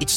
It's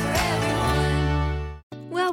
for everyone. Well,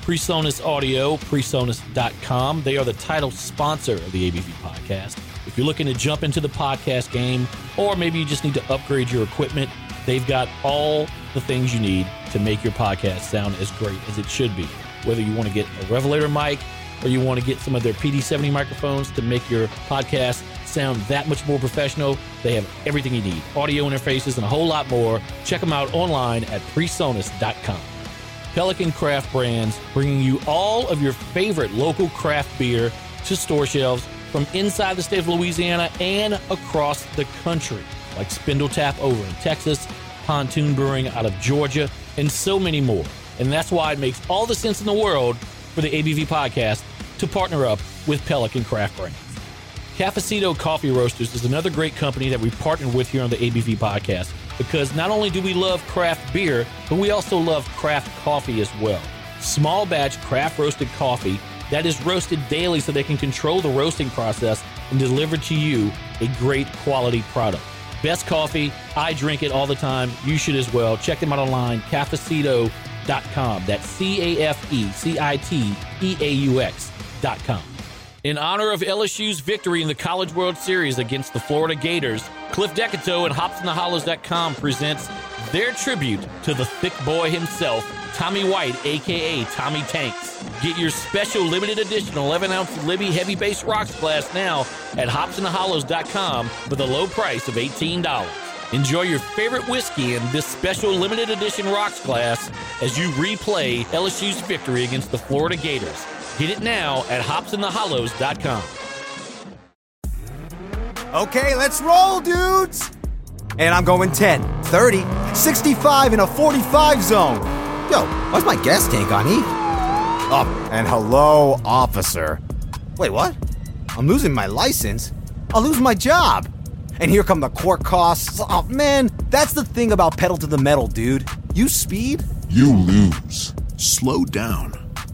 PreSonus Audio, PreSonus.com. They are the title sponsor of the ABV podcast. If you're looking to jump into the podcast game, or maybe you just need to upgrade your equipment, they've got all the things you need to make your podcast sound as great as it should be. Whether you want to get a Revelator mic, or you want to get some of their PD70 microphones to make your podcast sound that much more professional, they have everything you need audio interfaces and a whole lot more. Check them out online at PreSonus.com. Pelican Craft Brands, bringing you all of your favorite local craft beer to store shelves from inside the state of Louisiana and across the country, like Spindle Tap over in Texas, Pontoon Brewing out of Georgia, and so many more. And that's why it makes all the sense in the world for the ABV podcast to partner up with Pelican Craft Brands. Cafecito Coffee Roasters is another great company that we partnered with here on the ABV podcast because not only do we love craft beer, but we also love craft coffee as well. Small batch craft roasted coffee that is roasted daily so they can control the roasting process and deliver to you a great quality product. Best coffee. I drink it all the time. You should as well. Check them out online, cafecito.com. That's C A F E C I T E A U X.com. In honor of LSU's victory in the College World Series against the Florida Gators, Cliff Decato and HopsInTheHollows.com presents their tribute to the thick boy himself, Tommy White, aka Tommy Tanks. Get your special limited edition 11 ounce Libby Heavy Base Rocks glass now at HopsInTheHollows.com for the low price of $18. Enjoy your favorite whiskey in this special limited edition rocks glass as you replay LSU's victory against the Florida Gators. Get it now at hopsinthehollows.com. Okay, let's roll, dudes! And I'm going 10, 30, 65 in a 45 zone. Yo, why's my gas tank on E? Up and hello, officer. Wait, what? I'm losing my license. I'll lose my job. And here come the court costs. Oh man, that's the thing about pedal to the metal, dude. You speed, You lose. Slow down.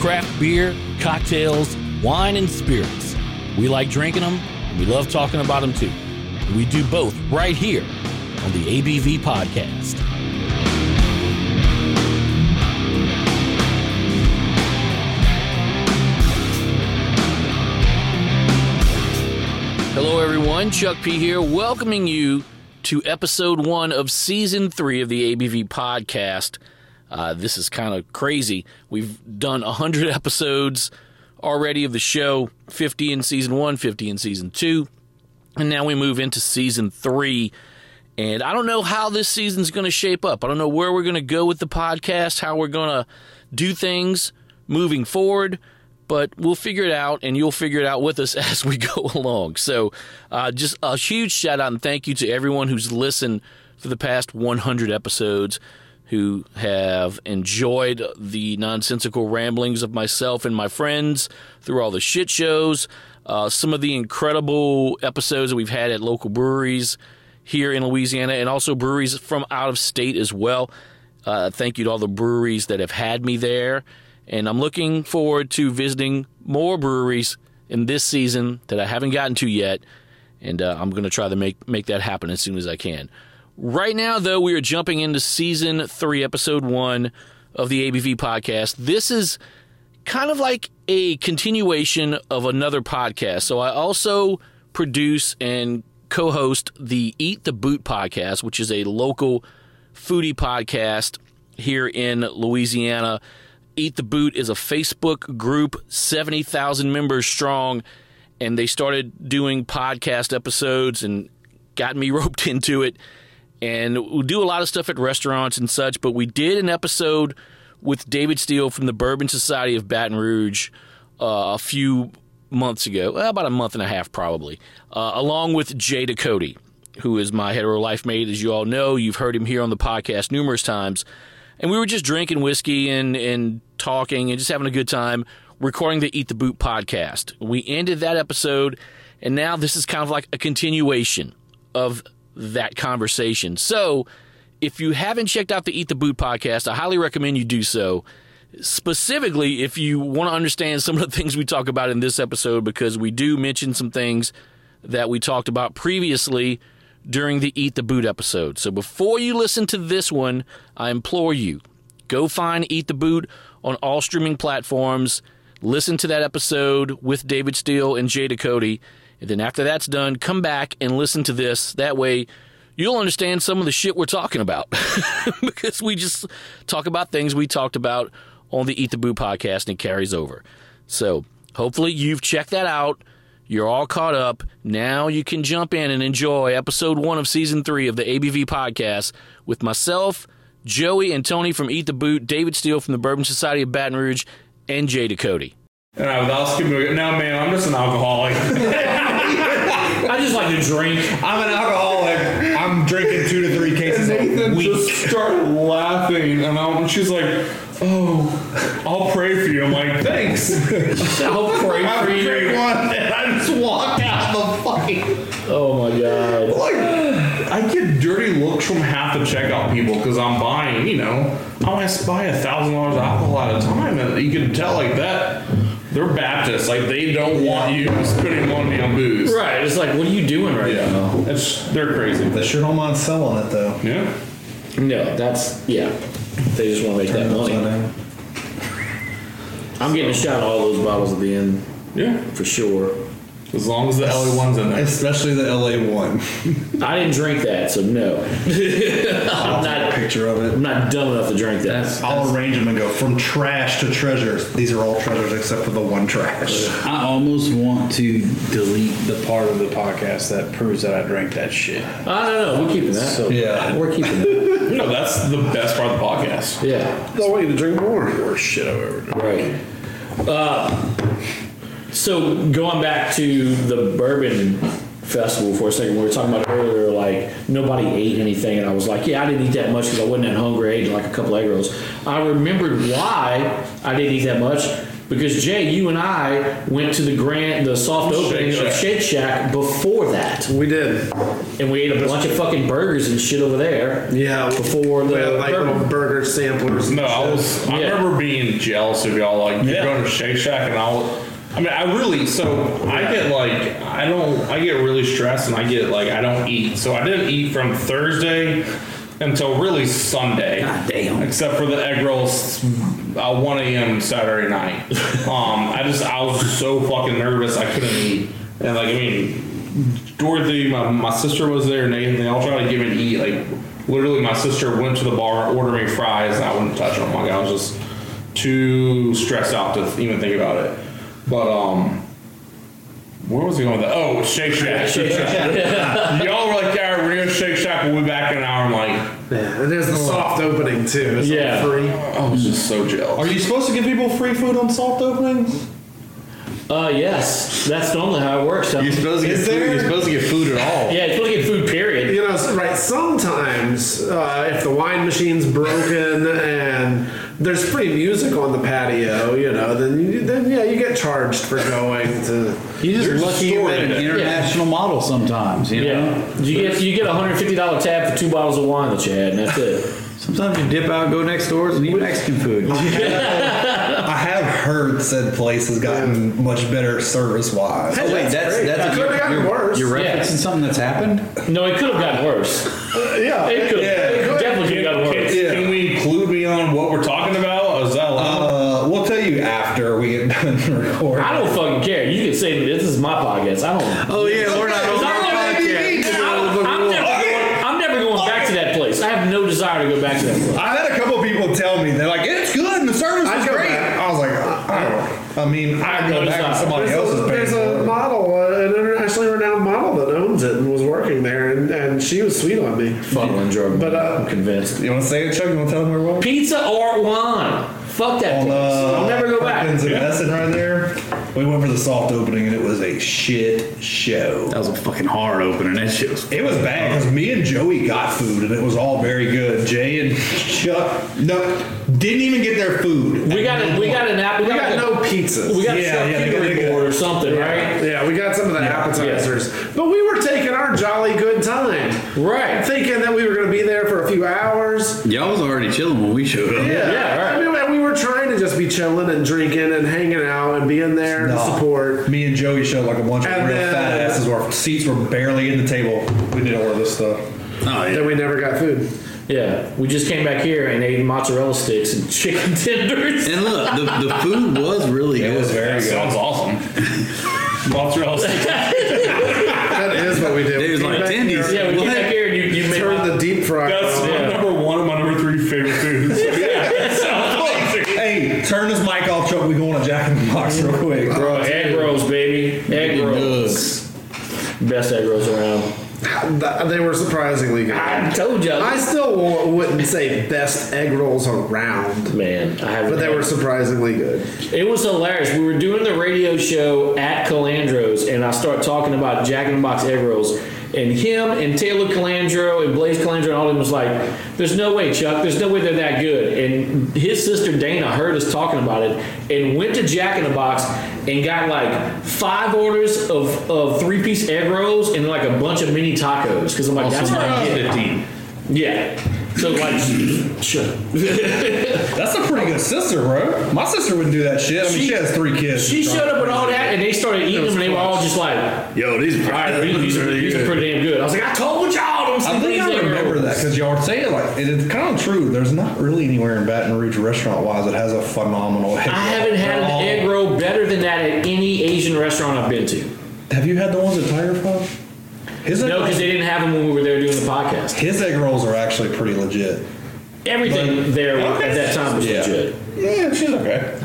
Craft beer, cocktails, wine, and spirits. We like drinking them, and we love talking about them too. And we do both right here on the ABV podcast. Hello, everyone. Chuck P here, welcoming you to episode one of season three of the ABV podcast. Uh, this is kind of crazy. We've done 100 episodes already of the show 50 in season one, 50 in season two, and now we move into season three. And I don't know how this season's going to shape up. I don't know where we're going to go with the podcast, how we're going to do things moving forward, but we'll figure it out and you'll figure it out with us as we go along. So, uh, just a huge shout out and thank you to everyone who's listened for the past 100 episodes, who have enjoyed the nonsensical ramblings of myself and my friends through all the shit shows, uh, some of the incredible episodes that we've had at local breweries here in Louisiana and also breweries from out of state as well. Uh, thank you to all the breweries that have had me there. And I'm looking forward to visiting more breweries in this season that I haven't gotten to yet. And uh, I'm going to try to make, make that happen as soon as I can. Right now, though, we are jumping into season three, episode one of the ABV podcast. This is kind of like a continuation of another podcast. So I also produce and co-host the Eat the Boot podcast, which is a local foodie podcast here in Louisiana. Eat the Boot is a Facebook group, 70,000 members strong, and they started doing podcast episodes and got me roped into it. And we do a lot of stuff at restaurants and such, but we did an episode with David Steele from the Bourbon Society of Baton Rouge uh, a few months ago, well, about a month and a half probably, uh, along with Jada Cody, who is my hetero life mate. As you all know, you've heard him here on the podcast numerous times. And we were just drinking whiskey and, and talking and just having a good time recording the Eat the Boot podcast. We ended that episode, and now this is kind of like a continuation of that conversation. So, if you haven't checked out the Eat the Boot podcast, I highly recommend you do so. Specifically, if you want to understand some of the things we talk about in this episode, because we do mention some things that we talked about previously during the Eat the Boot episode. So before you listen to this one, I implore you go find Eat the Boot on all streaming platforms. Listen to that episode with David Steele and Jada Cody. And then after that's done, come back and listen to this. That way, you'll understand some of the shit we're talking about because we just talk about things we talked about on the Eat the Boo podcast and it carries over. So hopefully you've checked that out. You're all caught up. Now you can jump in and enjoy episode one of season three of the ABV podcast with myself, Joey, and Tony from Eat the Boot, David Steele from the Bourbon Society of Baton Rouge, and Jada Cody. And I would also give me, no, man, I'm just an alcoholic. I just like to drink. I'm an alcoholic. I'm drinking two to three cases a week. just start laughing, and, I'm, and she's like, "Oh, I'll pray for you." I'm like, "Thanks." I'll pray for you. and I just walk out the fucking. Oh my God. Like, I get dirty looks from half the checkout people because I'm buying. You know, I always buy a thousand dollars alcohol at a time, and you can tell like that. They're Baptists, like they don't want you spending money on booze. Right. It's like, what are you doing right Yeah, it's they're crazy. That shit home on selling it though. Yeah. No, that's, yeah. They just want to make that money. I'm getting a shot of all those bottles at the end Yeah. for sure. As long as the LA one's in there. Especially the LA one. I didn't drink that, so no. I'm not. Picture of it. I'm not dumb enough to drink that. I'll arrange them and go from trash to treasures. These are all treasures except for the one trash. I almost want to delete the part of the podcast that proves that I drank that shit. I don't know. We're keeping that. So Yeah. we're keeping that. No, that's the best part of the podcast. Yeah, I want you to drink more. Worst shit I've ever done. right. Uh, so going back to the bourbon festival for a second, we were talking about earlier, like nobody ate anything, and I was like, yeah, I didn't eat that much because I wasn't that hungry. I ate like a couple egg rolls. I remembered why I didn't eat that much. Because Jay, you and I went to the grand, the soft opening Shake of Shack. Shake Shack before that. We did. and we ate a bunch of fucking burgers and shit over there. Yeah. Before we the had like little bourbon. burger samplers. and No, I shit. was. I Yeah. remember being jealous of y'all. Like you're Yeah. going to Shake Shack, and I'll. I mean, I really. So I get like I don't. I get really stressed, and I get like I don't eat. So I didn't eat from Thursday until really Sunday. God damn. Except for the egg rolls, uh, 1 a.m. Saturday night. um, I just I was so fucking nervous I couldn't eat, and like I mean, Dorothy, my, my sister was there, and they, they all tried to give me to eat. Like literally, my sister went to the bar, ordered me fries, and I wouldn't touch them. Like I was just too stressed out to even think about it. But um, where was he going with that? Oh, Shake Shack. Shake Y'all were like, yeah, we're gonna go to Shake Shack. We'll be back in an hour. I'm like, Yeah, and there's the soft opening too. It's Yeah. Like free. I was just so jealous. Are you supposed to give people free food on soft openings? Uh, yes, that's normally how it works. Um, to get Is food- there- you're supposed to get food at all. yeah, it's supposed to get food. Period. You know, s- right? Sometimes, uh, if the wine machine's broken and there's free music on the patio, you know, then you, then yeah, you get charged for going to. You're just lucky you met an international model sometimes, you know? You get you get a hundred fifty dollar tab for two bottles of wine that you had, and that's it. Sometimes you dip out, go next door, and eat Mexican food. I have heard said place has gotten much better service wise. Oh, wait, that's- that's- That's you're- gotten you're- worse. you're referencing something that's happened? No, it could have gotten worse. Uh, yeah, it could. It definitely could have gotten worse. Can, can we include me on what we're talking about? Is that allowed? Uh, we'll tell you after we get done recording. I don't fucking care. You can say this is my podcast. I don't. Oh yeah, we're not I'm on our never- podcast. I'm, I'm never going, I'm never going back to that place. I have no desire to go back to that place. I've had a couple people tell me they're like, "It's good and the service I'd is go great." back. I was like, I, I don't. I mean, I go back to somebody There's a- else's There's page. a model, uh, an internationally renowned model that owns it and was working there, and, and she was sweet on me. Fuddling Jordan. But uh, I'm convinced. You want to say it, Chuck? You want to tell them where we're uh, Pizza or wine? Fuck that place. I'll never go back. Perkins and Essen right there. We went for the soft opening and it was a shit show. That was a fucking hard opening. That shit was. It was bad because me and Joey got food and it was all very good. Jay and Chuck, no, didn't even get their food. We got a, we got an app. We got, like no a- pizzas. We got yeah, a yeah, they got- charcuterie they got- board or something, yeah. right? Yeah, we got some of the appetizers. But we were taking our jolly good time. Right. Thinking that we were going to be there for a few hours. Y'all was already chilling when we showed up. Yeah. I mean, and we were trying to just be chilling and drinking and hanging out and being there to No. support. Me and Joey showed like a bunch of And real then- fat asses. Our seats were barely in the table. We did order this stuff. Oh, yeah. Then we never got food. Yeah, we just came back here and ate mozzarella sticks and chicken tenders. And look, the, the food was really good. It was very good. Sounds awesome. Mozzarella that is what we did. They was We came like, back "Tendies, here- Yeah, we came what?" back here and you- you made turned the deep fry. That's on. my number one of my number three favorite foods. hey, turn this mic off, Chuck. We going to Jack in the Box real quick. Bro, egg rolls, baby. Egg rolls. Best egg rolls around. Th- They were surprisingly good. I told you. I still wa- wouldn't say best egg rolls around, man. I haven't but they had- were surprisingly good. It was hilarious. We were doing the radio show at Calandro's, and I start talking about Jack in the Box egg rolls. And him and Taylor Calandro and Blaze Calandro and all of them was like, there's no way, Chuck, there's no way they're that good. And his sister Dana heard us talking about it and went to Jack in the Box and got like five orders of, of three piece egg rolls and like a bunch of mini tacos. Because I'm like, Also that's what I minus get. 15. Yeah. So, like, shut up. That's a pretty good sister, bro. My sister wouldn't do that shit. I mean, she, has three kids. She showed up with all that, and they started eating them, and they were all just like, Yo, these all right, these, these are, these are pretty damn good." I was like, "I told y'all, don't I sleep think on I these remember egg that rolls." because y'all were saying like it- it's kind of true. There's not really anywhere in Baton Rouge restaurant wise that has a phenomenal. Egg I haven't had an Oh. egg roll better than that at any Asian restaurant I've been to. Have you had the ones at Tiger Pub? His egg no, rolls- because they didn't have them when we were there doing the podcast. His egg rolls are actually pretty legit. Everything there at that time was Yeah. legit. Yeah, she's okay.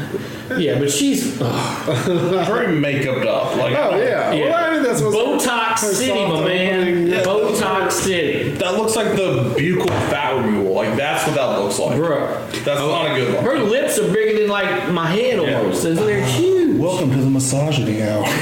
Yeah, but she's uh, very makeuped up. Like, Oh, yeah. Well, I mean, that's what's- Botox her City, my soft man. opening. Yeah. Botox City. That looks like the buccal fat removal. Like that's what that looks like. Bro. That's not a good one. Her lips are bigger than like my head almost. Isn't there? Welcome to the misogyny hour.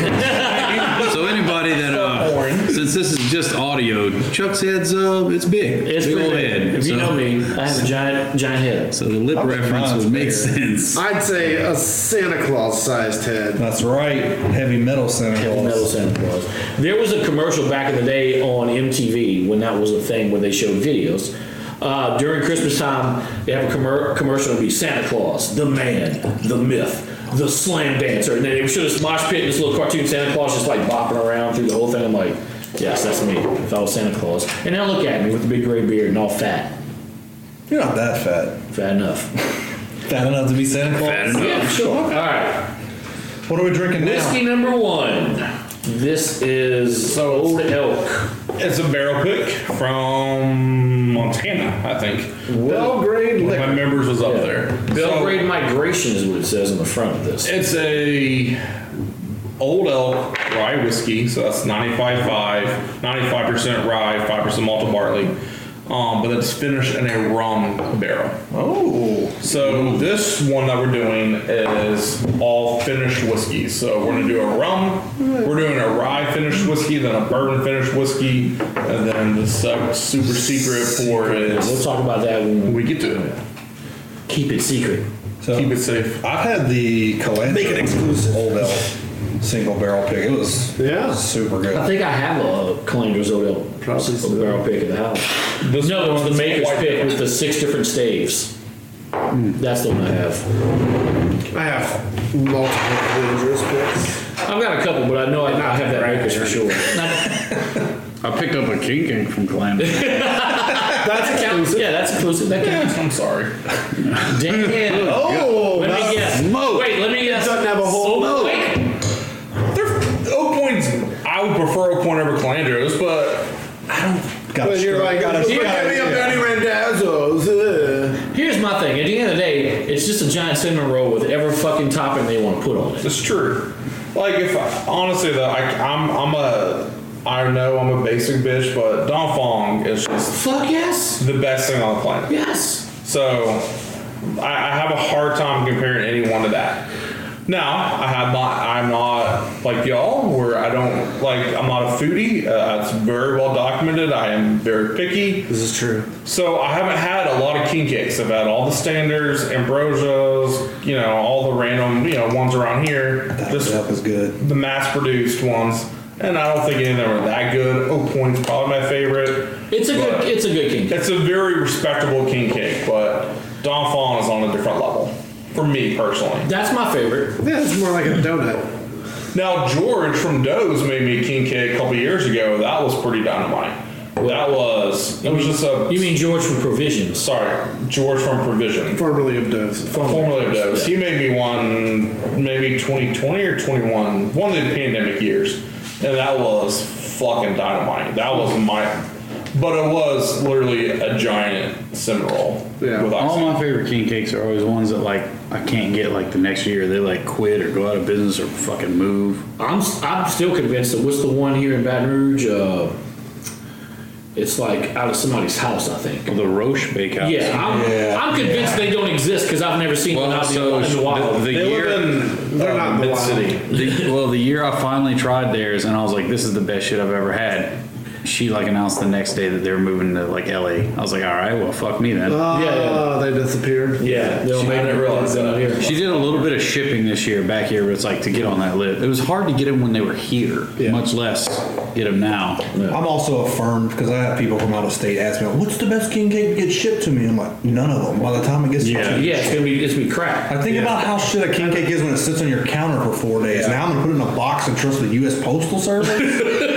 so anybody that uh, since this is just audio, Chuck's head's uh, it's big. It's big pretty old big. head. If you know me, I have a giant giant head. So the lip reference would make sense. I'd say a Santa Claus sized head. That's right. Heavy metal Santa Claus. Metal Santa Claus. There was a commercial back in the day on MTV when that was a thing where they showed videos. Uh, during Christmas time, they have a commer- commercial would be Santa Claus, the man, the myth, the slam dancer, and then they would show this mosh pit and this little cartoon Santa Claus just like bopping around through the whole thing. I'm like, yes, that's me. If I was Santa Claus, and now look at me with the big gray beard and all fat, You're not that fat. fat enough. Fat enough to be Santa Claus. Fat enough. Yeah, sure. All right. What are we drinking Whiskey number one. This is Old Elk. It's a barrel pick from Montana, I think. Belgrade My members was up there. Belgrade Migration is what it says on the front of this. It's a old elk rye whiskey, so that's 95.5, 95% rye, 5% malted barley. Um, but it's finished in a rum barrel. Oh. So this one that we're doing is all finished whiskey. So we're gonna do a rum, we're doing a rye finished whiskey, then a bourbon finished whiskey, and then the sec- super secret pour is. We'll talk about that when we get to it. Keep it secret. Keep it safe. I've had the Calandra Make it exclusive. Old El single barrel pick. It was yeah super good. I think I have a Calandra's Old Ale Probably barrel pick in the house. no, it's the maker's pick with the six different staves. That's the one I have. I have multiple Calandra's picks. I've got a couple, but I know I, I have that maker's for sure. I picked up a King King from Calamity. that's exclusive. Yeah, that's exclusive. That counts. I'm sorry. Damn. Oh, let that's me guess. smoke. Wait, let me guess. doesn't have a whole Soul- smoke. Wait, Oak Point's. I would prefer Oak Point over Calandros, but I don't. But you're like, Gotta- look at me, I'm Benny Randazzo's. uh. Here's my thing. At the end of the day, it's just a giant cinnamon roll with every fucking topping they want to put on it. It's true. Like if I, honestly though, I, I'm I'm a I know I'm a basic bitch, but Don Fong is just fuck yes the best thing on the planet. Yes. So I, I have a hard time comparing anyone to that. Now I have not I'm not like y'all where I don't like I'm not a foodie. Uh, it's very well documented. I am very picky. This is true. So I haven't had a lot of king cakes. I've had all the standards, ambrosias, you know, all the random, you know, ones around here. This stuff is good. The mass-produced ones, and I don't think any of them are that good. Oak Point's probably my favorite. It's a good- it's a good king. Cake. It's a very respectable king cake, but Don Fawn is on a different level for me personally. That's my favorite. Yeah, it's more like a donut. Now George from Doe's made me a king cake a couple years ago. That was pretty dynamite. That was it was just a. You mean George from Provision? Sorry, George from Provision. Formerly of Doe's. Formerly of Doe's. He made me one maybe 2020 or 21, one of the pandemic years, and that was fucking dynamite. That was my, but it was literally a giant cinnamon roll. With All ice. my favorite king cakes are always ones that like I can't get like the next year. They like quit or go out of business or fucking move. I'm I'm still convinced that what's the one here in Baton Rouge? Uh, it's like out of somebody's house, I think. The Roche Bakehouse. Yeah, I'm, I'm convinced they don't exist because I've never seen one out so in the wild. the- the They year- live in- they're not Mid City. The- well, the year I finally tried theirs, and I was like, "This is the best shit I've ever had." She like announced the next day that they were moving to like LA. I was like, "All right, well, fuck me then." Ah, they disappeared. Yeah, they don't make it realize that out here. She did a little bit of shipping this year, back here, but it's like to get on that list. It was hard to get them when they were here, much less get them now. I'm also affirmed because I have people from out of state ask me, "What's the best king cake that gets shipped to me?" I'm like, "None of them." By the time it gets Yeah, shipped, yeah, it's gonna be it's gonna be crap. I think about how shit a king cake is when it sits on your counter for four days. Now I'm gonna put it in a box and trust the U.S. Postal Service.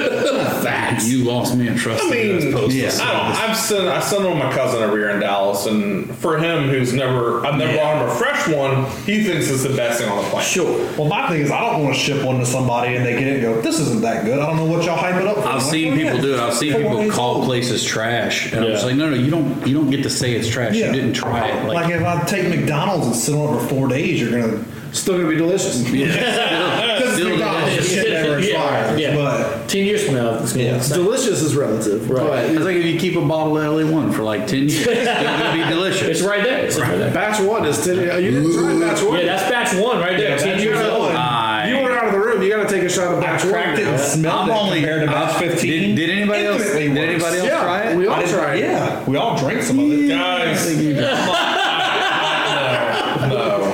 You lost me in trust. I mean, in the Postal yeah, I don't. Service. I've sent I sent one to my cousin over here in Dallas, and for him, who's never I've never bought him a fresh one, he thinks it's the best thing on the planet. Sure. well, my thing is, I don't want to ship one to somebody and they get it and go, "This isn't that good." I don't know what y'all hype it up. For. oh, I've seen people do it. I've seen people call places trash, and I'm just like, no, no, you don't, you don't get to say it's trash. You didn't try it. Like, Like, if I take McDonald's and sit on it for four days, you're gonna still gonna be delicious. Yeah, Because Still McDonald's delicious. "Oh, shit never Yeah, expires. yeah. But Ten years from now, it's gonna Yeah. be It's delicious is relative, right? it's like if you keep a bottle of LA one for like ten years, it's gonna be delicious. It's right there. It's right there. Batch one is ten. You didn't try batch one. Yeah, that's batch one right there. Yeah, Ten batch years one. old. You I, were out of the room. You got to take a shot of batch one. cracked it and I'm smelled it only compared to batch I- 15. Did, did anybody else? Infinitely Did worse. anybody else Yeah, try it? we all I didn't- tried it. yeah, we all drank some of it. Guys,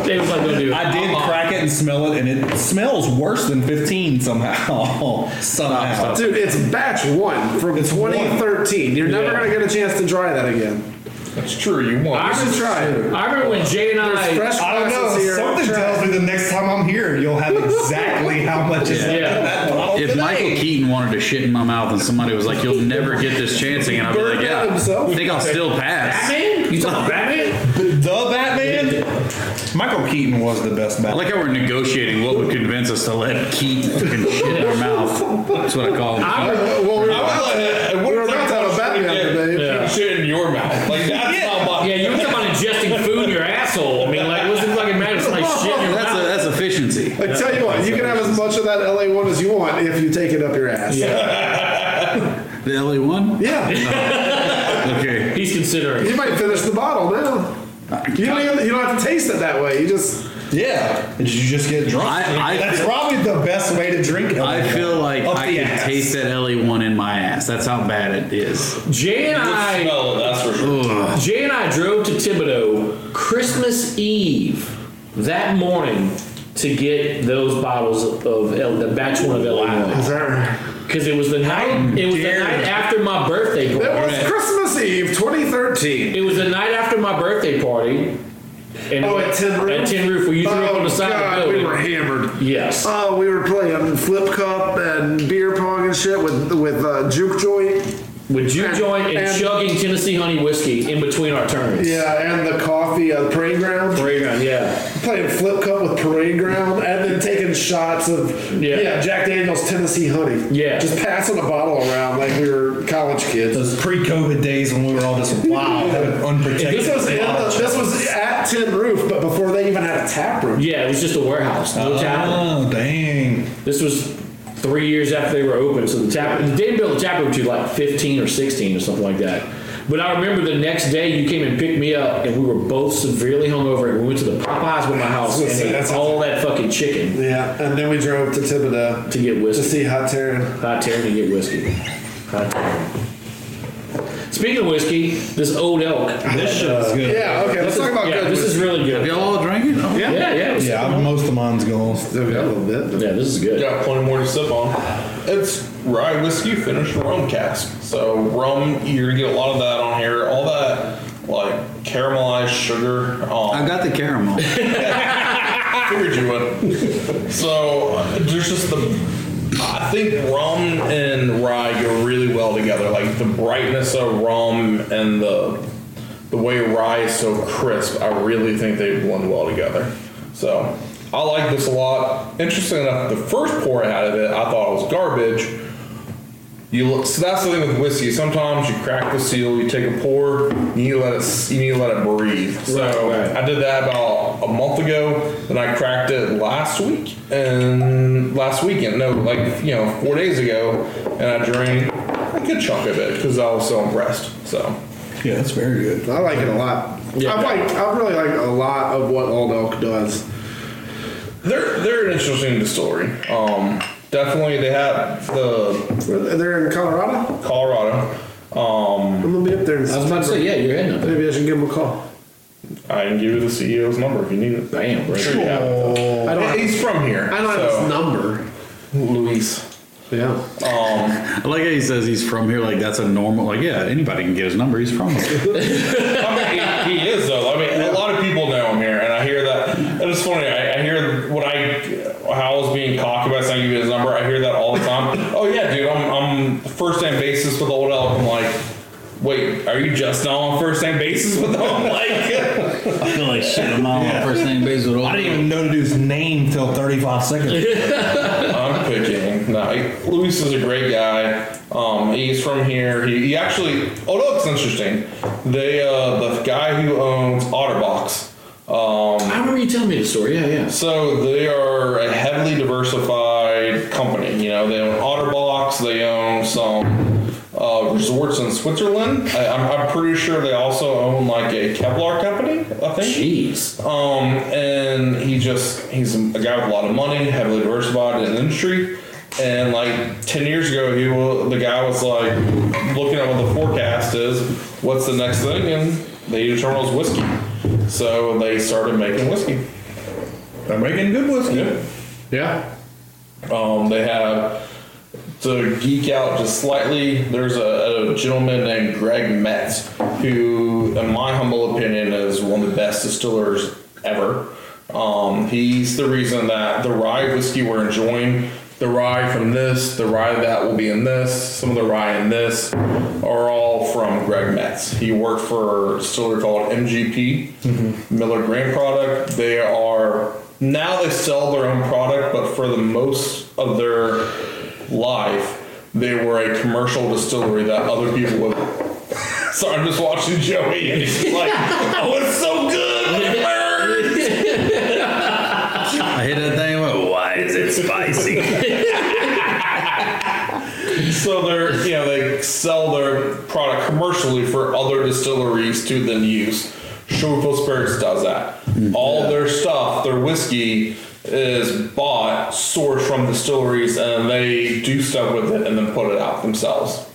They was like, don't do it. I did Uh-huh. crack it and smell it, and it smells worse than 15 somehow. somehow. Dude, it's batch one from 2013. You're never Yeah. gonna get a chance to try that again. that's true. You want? You should try it. I remember when Jay and I. There's fresh I don't know. glasses here. Something Try tells it. me the next time I'm here, you'll have exactly how much is left Yeah. in that bottle. If Michael Keaton wanted to shit in my mouth and somebody was like, "You'll never get this chance again," I'd be like, "Yeah, I think I'll still pass." Batman? You talking Batman? The Batman? Michael Keaton was the best I Batman. like how we're negotiating what would convince us to let Keaton fucking shit in our mouth. That's what I call him. I remember, Well, we were I about would let it- it we were wouldn't about to have a Batman today. take shit in your mouth. Like that's not my. yeah, you were talking about ingesting food in your asshole. I mean, like, what's it fucking matter? It's like shit in your That's, a, mouth. that's efficiency. I tell you what, you can have as much of that LA one as you want if you take it up your ass. The LA one? Yeah. Okay. He's considering. you might finish the bottle now. You don't, even, you don't have to taste it that way. You just Yeah. Did you just get drunk? I- I- That's probably the best way to drink it. I feel like Up I the can ass. taste that LA one in my ass. That's how bad it is. Jay and I I. Oh, smell it. That's for sure. Ugh. Jay and I drove to Thibodeau, Christmas Eve that morning to get those bottles of, of L- the batch one of Illinois. Is Because it was the night. It was the night after my birthday party. That was Christmas Eve, 2013. It was the night after my birthday party. And Oh, at Tin Roof? Oh, At Tin Roof, where you threw up on the side God, of the building. we were hammered. Yes. Oh, we were playing flip cup and beer pong and shit with with uh, juke joint. With juke joint and, and- chugging Tennessee honey whiskey in between our turns. Yeah, and the coffee uh, parade ground. Parade ground, yeah. Playing flip cup with parade ground, and then taking shots of Yeah. yeah, Jack Daniel's Tennessee honey. Yeah. just passing a bottle around like we were college kids. Those pre-COVID days when we were all just wow, that was unprotected. This was, in the- college. this was at Tin Roof, but before they even had a tap room. Yeah, it was just a warehouse. No tap. Oh, dang. This was three years after they were open, so the tap they didn't build the tap room to like fifteen or sixteen or something like that. But I remember the next day you came and picked me up, and we were both severely hungover, and we went to the Popeyes with my house and ate all that fucking chicken. Yeah, and then we drove to Thibodeau to get whiskey. To see Hot Terran. Hot Terran to get whiskey. Hot Terran. Speaking of whiskey, this old elk. This shit is good. Yeah, okay, let's talk about yeah, good This is whiskey. really good. Have y'all all drank it? No. Yeah, yeah, yeah. it was- Yeah, most of mine's gone. Still got a little bit. Yeah, this is good. Got plenty more to sip on. It's rye whiskey finished in rum cask. So rum, you're gonna get a lot of that on here. All that like caramelized sugar. Um, I got the caramel. figured you would. So uh, there's just the. I think rum and rye go really well together. Like the brightness of rum and the the way rye is so crisp, I really think they blend well together. So I like this a lot. Interesting enough, the first pour I had of it, I thought it was garbage. You look, so that's the thing with whiskey. Sometimes you crack the seal, you take a pour, you need to let it, you need to let it breathe. So I did that about a month ago, and I cracked it last week and last weekend. No, like you know, four days ago, and I drained a good chunk of it because I was so impressed. So Yeah, that's very good. I like it a lot. I like. I really like a lot of what Old Elk does. They're they're an interesting distillery. Um, definitely they have the. They're in Colorado. Colorado. Um, I'm gonna be up there. In I was about to say, yeah, you're heading up there. Maybe I should give him a call. I can give you the CEO's number if you need it. Bam, right sure. I don't have- He's from here. I don't have his number. Luis. Yeah. Um, I like how he says he's from here. Like that's a normal. Like yeah, anybody can get his number. He's from here. I mean, he, he is though. I mean, a lot of people know him here, and I hear that. And it's funny. I, I hear what I how I was being cocky about saying you his number. I hear that all the time. oh yeah, dude, I'm I'm first name basis with Old Elk. I'm like, wait, are you just now on first name basis with them? I'm like, I feel like shit. I'm not Yeah. on first name basis with all. I didn't even know the dude's name till 35 seconds. I'm picking. No, he- Luis is a great guy. Um, he's from here. He, he actually. Oh, no, it's interesting. They uh, the guy who owns Otterbox. Um, I remember you telling me the story. Yeah, yeah. So they are a heavily diversified company. You know, they own Otterbox. They own some uh, resorts in Switzerland. I, I'm, I'm pretty sure they also own like a Kevlar company. I think. Jeez. Um, and he just he's a guy with a lot of money, heavily diversified in the industry. And like ten years ago, he wa- the guy was like looking at what the forecast is, what's the next thing, and they determined it was whiskey. So they started making whiskey. They're making good whiskey. Yeah. Um, they have to geek out just slightly. There's a, a gentleman named Greg Metz, who, in my humble opinion, is one of the best distillers ever. Um, he's the reason that the rye whiskey we're enjoying, the rye from this, the rye that will be in this, some of the rye in this, are all from Greg Metz. He worked for a distillery called MGP. Miller Grain product. They are now they sell their own product, but for the most of their life, they were a commercial distillery that other people would. Sorry, I'm just watching Joey. And he's like, oh, it's so good. it burns." I hit that thing. Went, Why is it spicy? so they're you know they sell their product commercially for other distilleries to then use. Sugarfoot Spirits does that. All their stuff, their whiskey, is bought, sourced from distilleries, and they do stuff with it and then put it out themselves.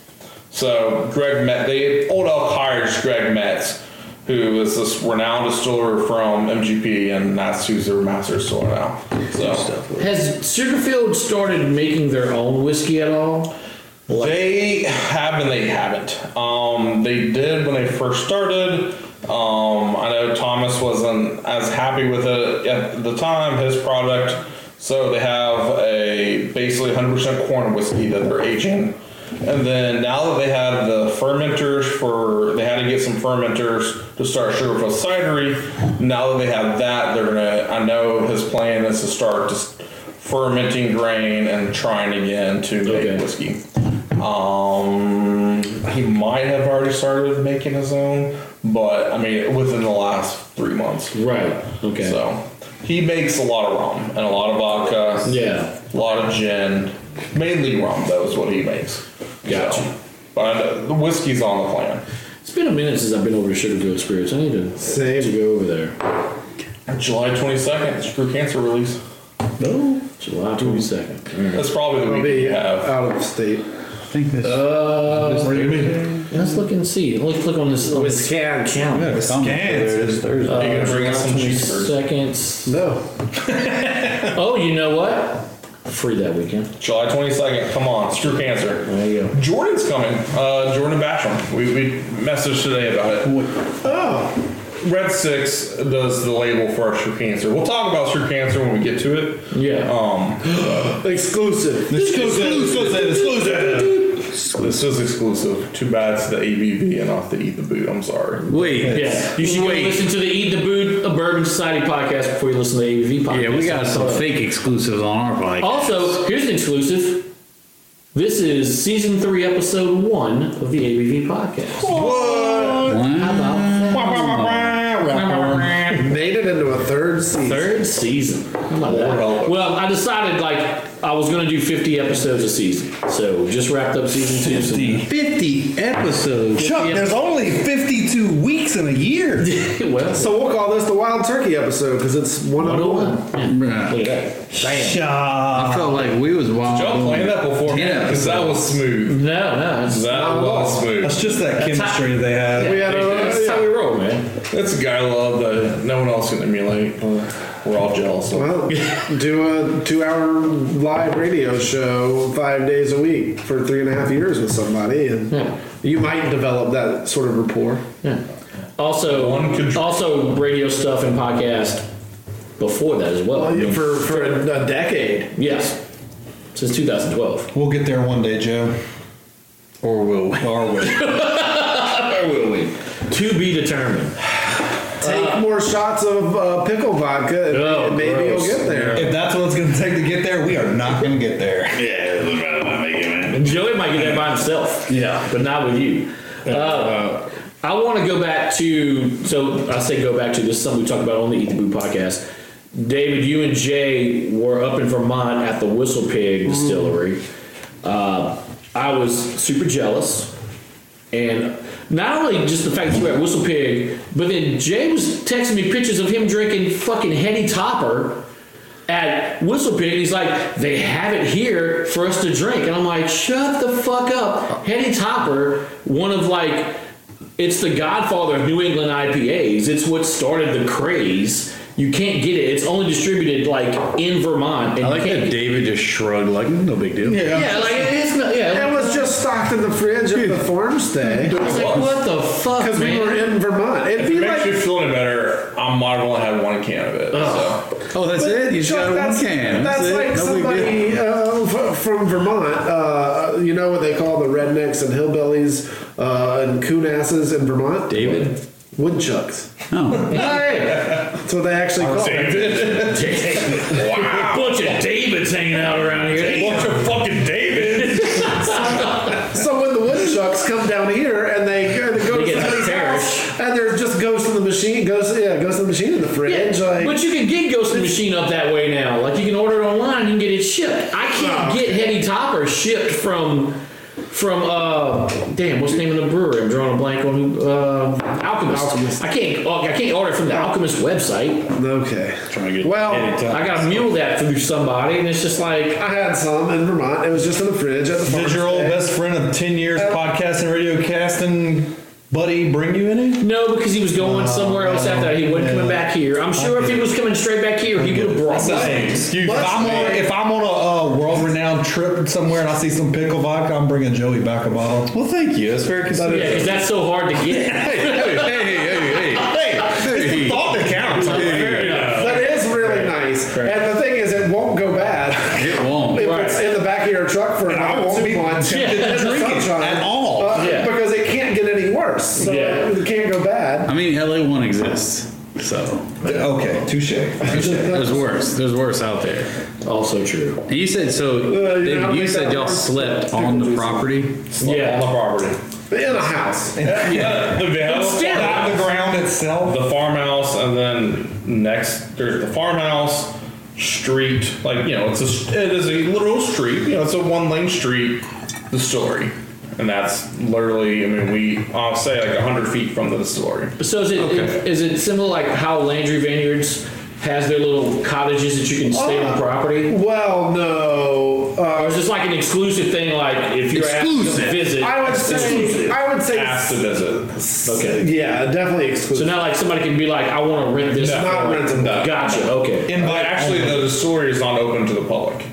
So Greg Met, they old elk hires Greg Metz who is this renowned distiller from MGP, and that's who's their master distiller now. So Has Sugarfield started making their own whiskey at all? they have and they haven't. Um, they did when they first started. Um, I know Thomas wasn't as happy with it at the time, his product. So they have a basically 100% corn whiskey that they're aging. And then now that they have the fermenters for, they had to get some fermenters to start Sugarfield Cidery. Now that they have that, they're gonna. I know his plan is to start just fermenting grain and trying again to make whiskey. Um, he might have already started making his own, but I mean, within the last three months. Right. Okay. So he makes a lot of rum and a lot of vodka. Yeah. A lot of gin, mainly rum. That was what he makes. Gotcha. but I know- the whiskey's on the plan. It's been a minute since I've been over to Sugarfield Spirits. I need to, to go over there. July twenty second, Screw Cancer release. No. July twenty second. That's probably the I'll week be uh, we have. out of state. I think this. Uh, What do you mean? Let's look and see. Let's click on this. Wisconsin. Yeah, Wisconsin. There it is, Thursday. Uh, Are you gonna bring us some cheeseburgers? Seconds. No. Uh, oh, you know what? Free that weekend. July 22nd. Come on, screw cancer. There you go. Jordan's coming. Uh, Jordan Basham. We, we messaged today about it. Oh. Red Six does the label for our screw cancer. We'll talk about screw cancer when we get to it. Yeah. Um. exclusive. Exclusive. Exclusive. Exclusive. This is exclusive. Too bad it's the ABV and off the Eat the Boot. I'm sorry. Wait. Yeah, you should go listen to the Eat the Boot a Bourbon Society podcast before you listen to the ABV podcast. Yeah, we got some fake exclusives on our podcast. Also, here's an exclusive. This is season three, episode one of the ABV podcast. What? Made it into a third season. Third season. How about that? Well, I decided like I was going to do 50 episodes a season, so just wrapped up season two. 50. 50 episodes. Chuck, there's only 52 weeks in a year. well, so we'll call this the Wild Turkey episode because it's 101. Bruh. I felt like we was wild. Y'all played that before, Yeah, because that was smooth. No, no, that was smooth. That's just that chemistry they have. Yeah, We had a- that's how we roll, man. That's a guy love that no one else can emulate. We're all jealous. Well, do a two hour live radio show five days a week for three and a half years with somebody, and you might develop that sort of rapport. Also, also radio stuff and podcast before that as well. for for a, a decade. Yes, since 2012. We'll get there one day, Joe. Or will we? Or will we? or will we? To be determined. Take more shots of uh, pickle vodka, and maybe you'll get there. If that's what it's going to take to get there, we are not going to get there. Yeah, look at that make it, man. Joey might get there by himself. Yeah, but not with you. Uh, I want to go back to so I say go back to this is something we talked about on the Eat the Boo podcast. David, you and Jay were up in Vermont at the Whistle Pig Distillery. Uh, I was super jealous, and not only just the fact that you were at Whistle Pig, but then Jay was texting me pictures of him drinking fucking Hetty Topper at Whistle Pig, and he's like, they have it here for us to drink. And I'm like, shut the fuck up. Hetty Topper, one of like, it's the godfather of New England IPAs. It's what started the craze. You can't get it. It's only distributed like in Vermont. And I like you that can't David just shrugged, like no big deal. Yeah. Yeah, like, it's not- yeah. It was just stocked in the fridge at the farm stay. I was like, what the fuck? Because we man? were in Vermont. It'd If it be makes like you feel any better, I might have only had one can of it. So. Oh, that's But, it. You just Chuck, got one that's- can. That's, it. like no big deal. somebody uh, f- from Vermont. Uh, you know what they call the rednecks and hillbillies uh, and coonasses in Vermont? David. Woodchucks. Oh. That's what they actually Oh, call David. it. wow. Bunch of Davids hanging out around here. Bunch of fucking Davids. so when the woodchucks come down here and they, go- they go They to get somebody's perished. house and they're just ghosts in the machine, ghosts, yeah, ghosts in the machine in the fridge. Like, But you can get Ghost in the Machine up that way now. Like you can order it online and you can get it shipped. I can't get Hetty Topper shipped from from uh damn what's the name of the brewery? I'm drawing a blank on who uh, Alchemist. I can't uh, I can't order it from the Alchemist website. Okay. Trying to get Well, I got to mule that through somebody, and it's just like I had some in Vermont. It was just in the fridge at the farm Did your old stand. best friend of 10 years podcasting, radio casting, But he bring you any? No, because he was going somewhere else after that. He wasn't coming back here. I'm sure if he was coming straight back here, he would have brought something. Excuse But if I'm on if I'm on a uh, world renowned trip somewhere and I see some pickle vodka, I'm bringing Joey back a bottle. Well, thank you. That's very Yeah, because that's so hard to get. hey, hey, hey, hey, hey, hey. thought that counts. That is really nice. And the thing is, it won't go bad. It won't. If it's in the back of your truck for an I hour, won't two be months, tempted in to the drink it sunshine, at all. uh, Yeah. Because it can't get any worse. So Yeah. it can't go bad. I mean, LA one exists, so okay, touche. There's worse. There's worse out there. Also true. And you said Uh, so. you know, David, you make said that y'all worse. slept on the property. Yeah, on the property. In a house. Yeah, the house, still. not the ground itself. The farmhouse, and then next there's the farmhouse street. Like you know, it's a it is a literal street. You know, it's a one lane street. The story, and that's literally. I mean, we I'll say like hundred feet from the distillery. So is it is it similar like how Landry Vineyards has their little cottages that you can stay on property? Well, no. Uh, or is this like an exclusive thing? Like if you're asked to visit, I would it's say. exclusive. I would say. Asked to visit. Okay. Yeah, definitely So exclusive. not like somebody can be like, I want to rent this. No. out. Not rented, no. Gotcha. Okay. And but actually, the distillery is not open to the public,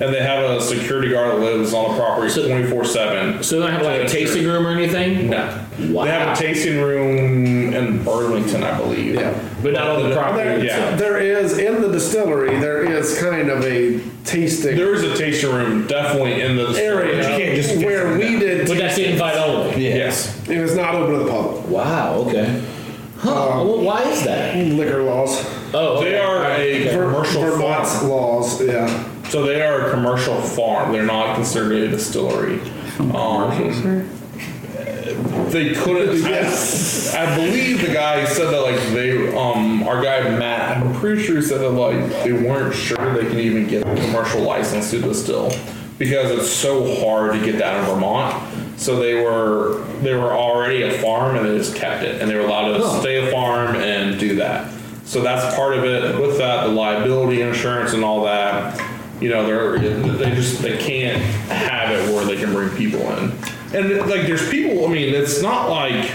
and they have a security guard that lives on the property twenty four seven. So they don't have like a tasting room or anything. No. They have a tasting room in Burlington, I believe. Yeah, but not on the There, property. Yeah, there is in the distillery. There is kind of a tasting. there is a tasting room definitely in the area distillery. where we did. But that's invite only. Yes. It was not open to the public. Ah, Wow. Okay. Huh? well, why is that? Liquor laws. Oh, They are a Ver- commercial Vermont's farm. laws. Yeah. So they are a commercial farm. They're not considered a distillery. Um, they couldn't. Yes. I, I believe the guy said that like they, um, our guy Matt. I'm pretty sure he said that like they weren't sure they can even get a commercial license to distill because it's so hard to get that in Vermont. So they were they were already a farm and they just kept it and they were allowed to stay a farm and do that. So that's part of it. With that, the liability insurance and all that, you know, they're they just they can't have it where they can bring people in. And like, there's people. I mean, it's not like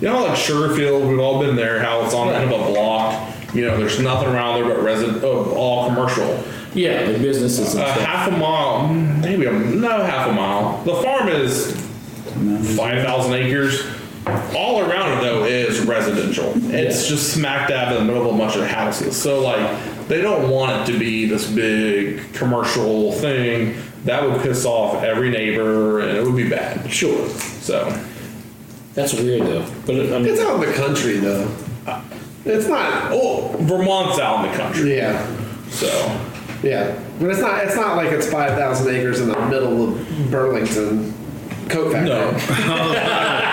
you know, like Sugarfield. We've all been there. How it's on the end of a block. You know, there's nothing around there but resident of all commercial. Yeah, the businesses. Uh, half a mile, maybe a, no half a mile. The farm is five thousand acres. All around it though is residential. It's just smack dab in the middle of a bunch of houses. So like they don't want it to be this big commercial thing. That would piss off every neighbor and it would be bad. Sure. So That's weird though. But I mean, It's out in the country though. It's not. Oh, Vermont's out in the country. Yeah. So Yeah. But it's not. It's not like it's five thousand acres in the middle of Burlington. Coat factory. No.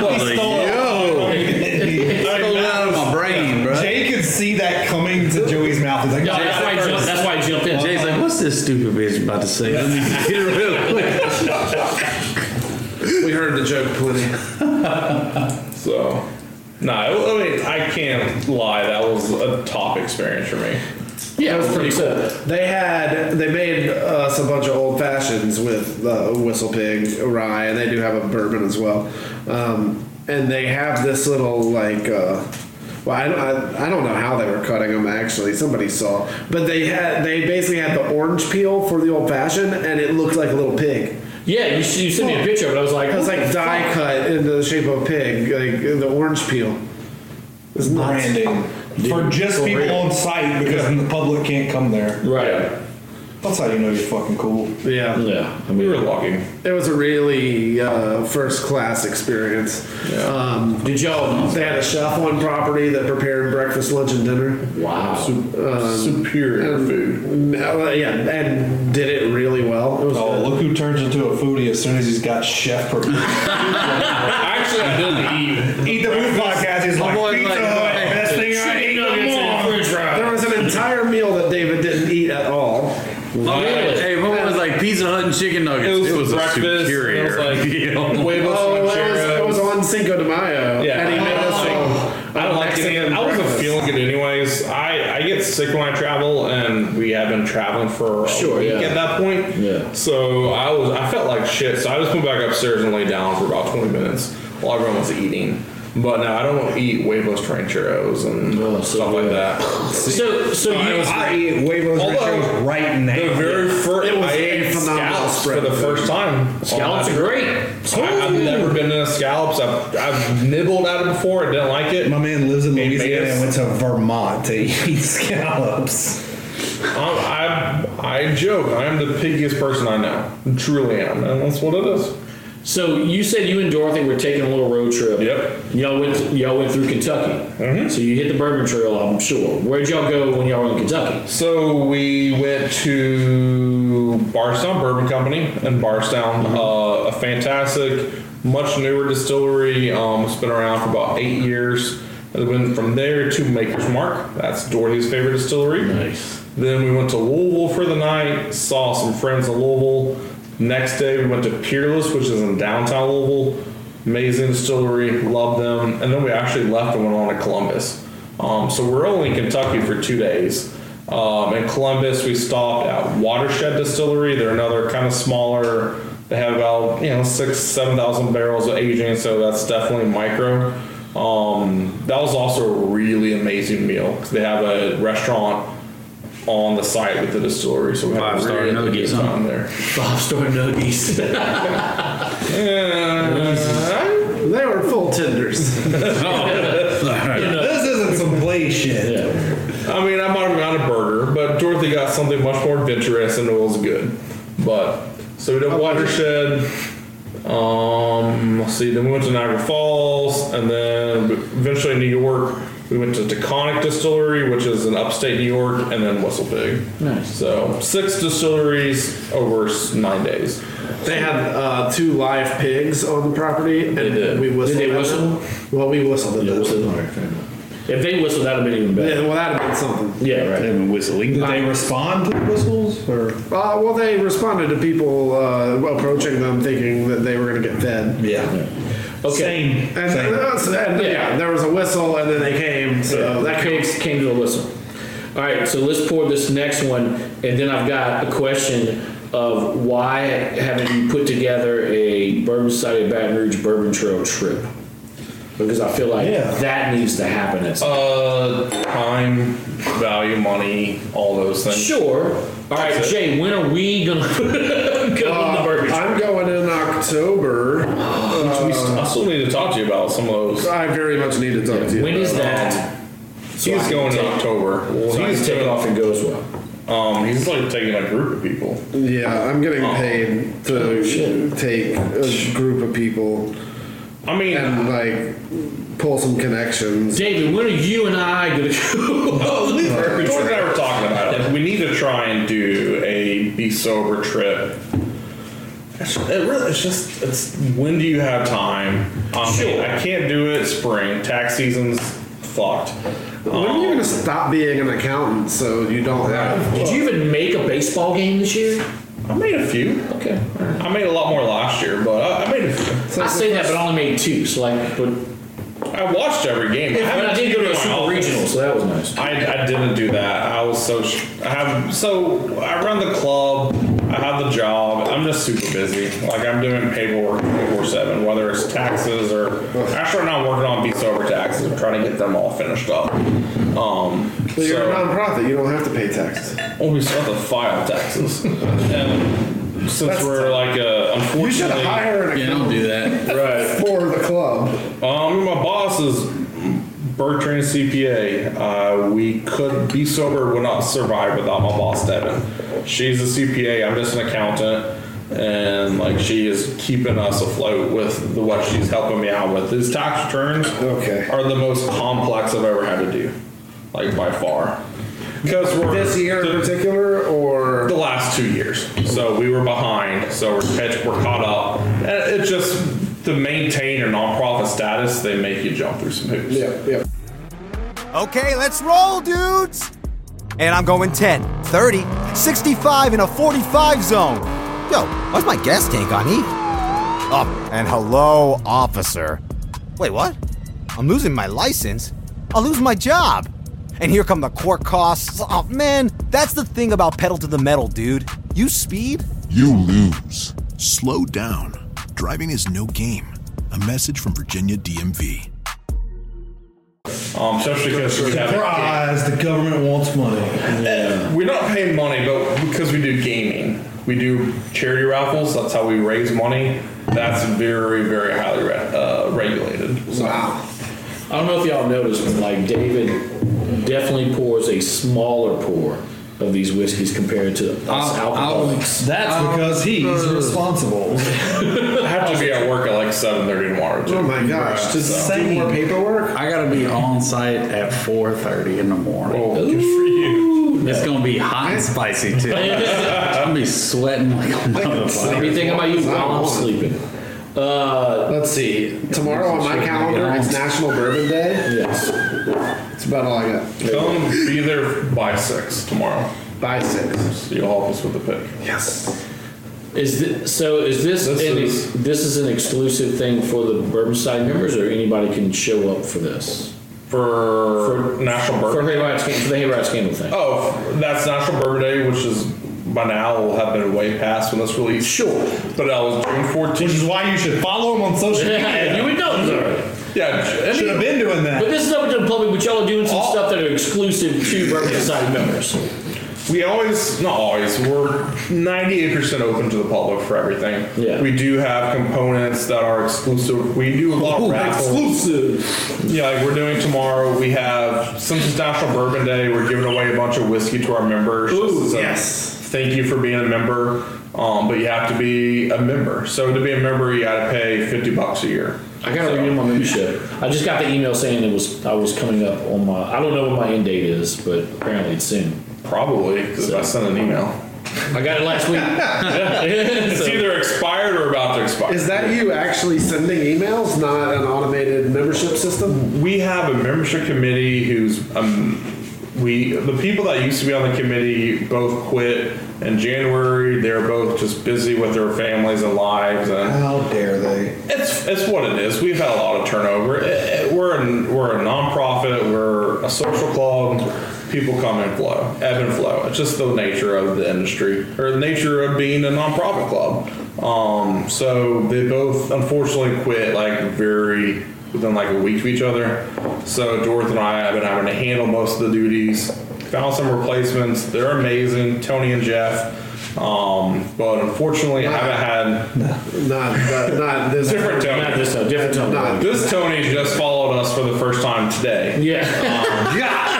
Yo. stole it out of my brain, bro. Jay could see that coming to Joey's mouth. He's like, Yeah, that's why I jumped- that's why I jumped in. Jay's like, what's this stupid bitch about to say? Let me get it real we heard the joke plenty. So, no, I I mean, I can't lie. That was a top experience for me. Yeah, it was pretty cool. They had they made us a bunch of old fashions with uh, Whistle Pig rye, and they do have a bourbon as well. Um, and they have this little like. Uh, well, I don't, I, I don't know how they were cutting them. Actually, somebody saw, but they had they basically had the orange peel for the old fashioned, and it looked like a little pig. yeah, you, you sent me a picture of it. I was like, It was what like the die fuck? cut into the shape of a pig, like the orange peel. It's nuts. branding for just for people real. on site because the public can't come there. Right. That's how you know you're fucking cool. Yeah. Yeah. I we were logging. It was a really uh, first class experience. Um, Did y'all? they had a chef on property that prepared breakfast, lunch, and dinner. Wow. uh, Um, Superior food. Mm, uh, Yeah, and did it really well. It was Oh, look who turns into a foodie as soon as he's got chef prepared. Actually, I didn't eat. Eat the Boot podcast is like pizza Hut, best thing I ate. Come on. There was an entire meal that David didn't eat at all. Really? Hey, what was like Pizza Hut and chicken nuggets? It was, a breakfast. It was superior. like you know? huevos Oh, it was, it was rancheros. on Cinco de Mayo. Yeah. Oh. And he made us all. I don't like Mexican any of it. I wasn't breakfast. feeling it anyways. I, I get sick when I travel, and we have been traveling for a Sure, week yeah. at that point. Yeah. So I was I felt like shit. So I just went back upstairs and laid down for about 20 minutes. while everyone was eating. But no, I don't eat huevos trancheros and stuff like that. Oh, So- so I you- was- I eat huevos Although, rancheros right now. The very first, It was I a ate phenomenal scallops spread for the of food. first time. Scallops Oh, are great. I, I've never been in a scallops. I've, I've nibbled at it before. I didn't like it. My man lives in Louisiana and went to Vermont to eat scallops. Um, I I joke. I am the piggiest person I know. Truly am, and that's what it is. So you said you and Dorothy were taking a little road trip. Yep. Y'all went. y'all went through Kentucky. So you hit the Bourbon Trail, I'm sure. Where'd y'all go when y'all were in Kentucky? So we went to Barstown Bourbon Company in Barstown, uh, a fantastic, much newer distillery. Um, it's been around for about eight years. And went from there to Maker's Mark. That's Dorothy's favorite distillery. Nice. Then we went to Louisville for the night. Saw some friends in Louisville. Next day we went to Peerless, which is in downtown Louisville. Amazing distillery. Love them. And then we actually left and went on to Columbus. Um, so we're only in Kentucky for two days. Um, in Columbus, we stopped at Watershed Distillery. They're another kind of smaller. They have about you know six, seven thousand barrels of aging, so that's definitely micro. Um, that was also a really amazing meal. 'cause They have a restaurant on the site with the distillery, so we had Five a star really good nuggies, time huh? there. Five star nuggies. They were full tenders. This isn't some play shit. I mean, I might have gotten a burger, but Dorothy got something much more adventurous and it was good. But so we did Watershed. Um, let's see. Then we went to Niagara Falls, and then eventually New York. We went to Taconic Distillery, which is in upstate New York, and then Whistle Pig. Nice. So six distilleries over s- nine days. They had uh, two live pigs on the property, and we whistled. Did they at whistle? them. Well, we whistled. at them. If they whistled, that'd have been even better. Yeah, well, that'd have been something. Yeah, right. They've been whistling. Did they respond to the whistles? Or Uh, well, they responded to people uh, approaching them, thinking that they were going to get fed. Yeah. Okay. Same. And, Same. and, that's- and, yeah. there was a whistle, and then they came. So that uh, came, came to a whistle. All right, so let's pour this next one, and then I've got a question of why haven't you put together a Bourbon Society of Baton Rouge Bourbon Trail trip? Because I feel like that needs to happen. At some Uh, time, value, money, all those Uh, things. Sure. All right, That's it. Jay. When are we gonna go on the Bourbon Trail? uh, I'm going in October. Which we st- I still need to talk to you about some of those. I very much need to talk to you. When is that? I he's can going in take- October. Well, so I can take off and go as well. Um, he's like taking a group of people. Yeah, I'm getting paid to take a group of people. I mean, and like pull some connections. David, when are you and I gonna go? on the Bourbon George and I Trail? were talking about it. We need to try and do a be sober trip. It's, it really, it's just it's when do you have time? Um, sure. I can't do it spring. Tax season's fucked. Um, When are you going to stop being an accountant so you don't have? Did you even make a baseball game this year? I made a few. Okay. I made a lot more last year, but I, I made a few. I say that, but I only made two. So like, but I watched every game. Yeah, but I did go to a my Super office. Regional, so that was nice. I, I didn't do that. I was so sh- I have so I run the club. I have the job. I'm just super busy. Like I'm doing paperwork 24 seven, whether it's taxes or actually right now I'm working on be sober taxes. I'm trying to get them all finished up. Um, But you're so- a nonprofit. You don't have to pay taxes. well, we still have to file taxes. and since we're like, uh, unfortunately, You should hire an Yeah, don't do that. Right. For the club. Um, my boss is Bertrand CPA. Uh, we could be sober, would not survive without my boss Devin. She's a CPA. I'm just an accountant. And like she is keeping us afloat with the, what she's helping me out with. These tax returns okay. are the most complex I've ever had to do, like by far. Because we're This year in particular, or the last two years. So we were behind. So we're catch, we're caught up. And it's just to maintain a nonprofit status, they make you jump through some hoops. Yeah, yeah. Okay, let's roll, dudes! And I'm going 10, 30, 65 in a 45 zone. Yo, why's my gas tank on E? Up and hello, officer. Wait, what? I'm losing my license? I'll lose my job. And here come the court costs. Oh man, that's the thing about pedal to the metal, dude. You speed? You lose. Slow down. Driving is no game. A message from Virginia DMV. Um, especially because we have Surprise! The government wants money. We're not paying money, but because we do gaming, we do charity raffles. That's how we raise money. That's very, very highly re- uh, regulated. Wow. I don't know if y'all noticed, but like David definitely pours a smaller pour of these whiskeys compared to us alcoholics. That's Um, because he's uh, responsible. I have to be at work at like seven thirty tomorrow. Oh too. Right, so- more paperwork. I gotta be on site at four thirty in the morning. Oh, good for you. It's gonna be hot and spicy too. I'm gonna be sweating like a motherfucker. I'll be thinking about you while I'm sleeping. Uh, Let's see. Tomorrow on my calendar, it's National Bourbon Day. Yes. It's about all I got. Come be there by six tomorrow. By six. So you'll help us with the pick. Yes. Is thi- so? Is this This an, is- this is an exclusive thing for the Bourbon Side members, or anybody can show up for this? For, National Bourbon for, Hayride Scan- for the Hayride Scandal thing. Oh, that's National Bourbon Day, which is by now will have been way past when this released. Sure. But that was June 14th. Which is why you should follow him on social media. you would know, sir. Yeah, any- Should have been doing that. But this is open to the public. But y'all are doing some stuff that are exclusive to Bourbon Society members. We always, not always, we're 98% open to the public for everything. Yeah. We do have components that are exclusive. We do a lot of raffles. Exclusive! Yeah, like we're doing tomorrow. We have, since it's National Bourbon Day, we're giving away a bunch of whiskey to our members. Ooh, yes. Thank you for being a member. Um, but you have to be a member. So to be a member, you got to pay 50 bucks a year. I gotta renew my membership. I just got the email saying it was I was coming up on my. I don't know when my end date is, but apparently it's soon. Probably because I sent an email. I got it last week. it's So- either expired or about to expire. Is that you actually sending emails, not an automated membership system? We have a membership committee who's um, we the people that used to be on the committee both quit in January. They're both just busy with their families and lives. And How dare they? It's it's what it is. We've had a lot of turnover. It- it- we're a, we're a nonprofit. We're a social club. People come and flow, ebb and flow. It's just the nature of the industry or the nature of being a nonprofit club. Um, so they both unfortunately quit like very within like a week of each other. So Dorothy and I have been having to handle most of the duties. Found some replacements. They're amazing, Tony and Jeff. Um, but unfortunately, I haven't had Not, not, not this different Tony. Not this Tony. Different Tony. Not This Tony just followed us for the first time today. Yeah. Um,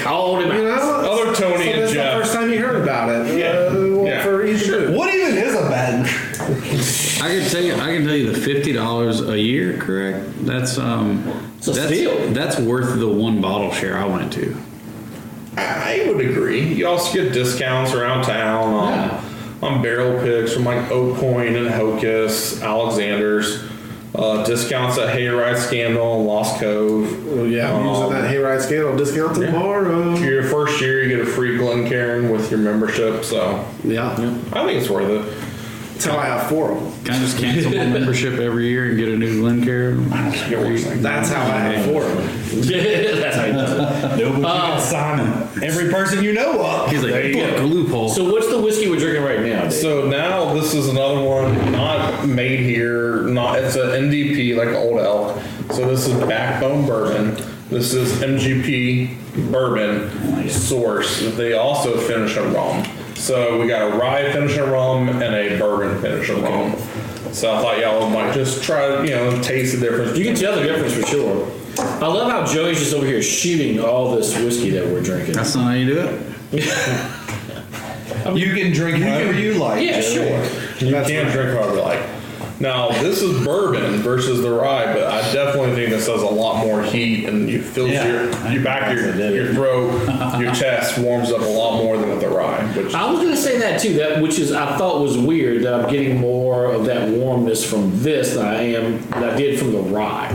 Called him. You know, Other Tony so and that's Jeff. The first time you heard about it. Yeah. Uh, well, Yeah. For each group. What even is a bad? I can tell you, I can tell you the fifty dollars a year. Correct. That's um, a that's steal. that's worth the one bottle share I went to. I would agree. You also get discounts around town on, on barrel picks from like Oak Point and Hocus, Alexander's. Uh, discounts at Hayride Scandal and Lost Cove. yeah, I'm using that Hayride Scandal discount tomorrow. For your first year, you get a free Glencairn with your membership. So yeah, I think it's worth it. Until I have four of them. Can I just cancel my membership every year and get a new Glencairn? That's how I have four of them. That's how he does it. Nobody Uh, can sign it. Every person you know of. He's like, There you "Book a loophole. So what's the whiskey we're drinking right now? Dave? So now this is another one not made here. Not it's an NDP like Old Elk. So this is Backbone Bourbon. This is MGP Bourbon source. They also finish in rum. So we got a rye finish in rum and a bourbon finish in rum. So I thought y'all might just try, you know, taste the difference. You can tell the difference for sure. I love how Joey's just over here shooting all this whiskey that we're drinking. That's not how you do it. You can drink whatever you like. Yeah, Joey. sure. You can't drink however you like. Now this is bourbon versus the rye, but I definitely think this has a lot more heat, and you feel Yeah. your your back, your, your throat, your chest warms up a lot more than with the rye. Which I was gonna say that too. That which is I thought was weird that I'm getting more of that warmness from this than I am than I did from the rye.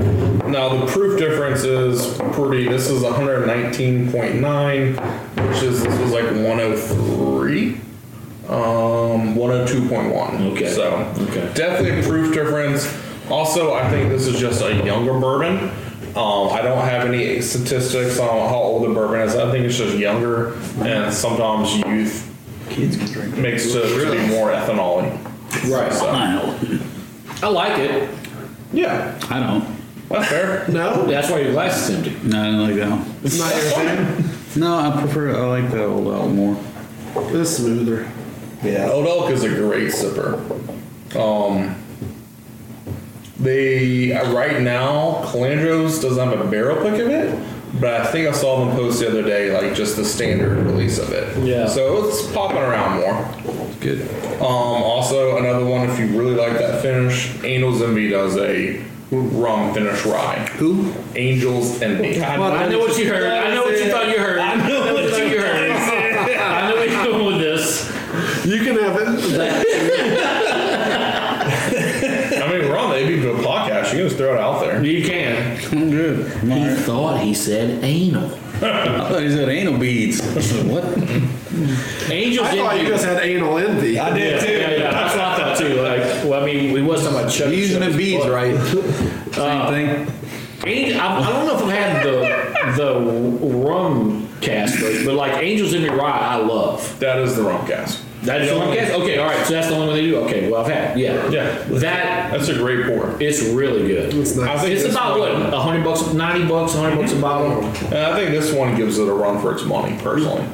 now the proof difference is pretty. This is 119.9, which is this was like 103, um, 102.1. Okay. so definitely a proof difference. Also, I think this is just a younger bourbon. Um, I don't have any statistics on how old the bourbon is. I think it's just younger, and sometimes youth kids can drink makes to to be more ethanol. Right. So, I like it. Yeah. I don't. That's fair. No? That's why your glass is empty. No, I don't like that one. It's not your thing? No, I prefer, I like the old elk more. It's smoother. Yeah, Old Elk is a great sipper. Um, they uh, right now Calandros doesn't have a barrel pick of it, but I think I saw them post the other day like just the standard release of it. Yeah. So it's popping around more. Good. Um, also another one if you really like that finish, Angels Envy does a rum finish rye. Who? Angels Envy. I know what you heard. I know what you thought you heard. I know what you thought you heard. I know what you're doing with this. You can have it. I mean, we're on the AB Bill podcast. You can just throw it out there. You can. I'm Mm, good. He thought he said anal. I thought he said anal beads. what? Angels. I thought you just had anal envy. I did too. Yeah, yeah, that's what I thought too. Like, well, I mean, we was talking about Chuck. Using the beads, right? Same Uh, thing. I, I don't know if I've had the the rum cast, but, but like Angels in the Rye, I love. That is the rum cast. That is the rum cast. Okay, all right. So that's the only one they do. Okay, well I've had. Yeah, Yeah. That that's a great pour. It's really good. It's nice. I think Mm-hmm. It's this about what one- a hundred bucks, ninety bucks, a hundred bucks a bottle. And I think this one gives it a run for its money, personally.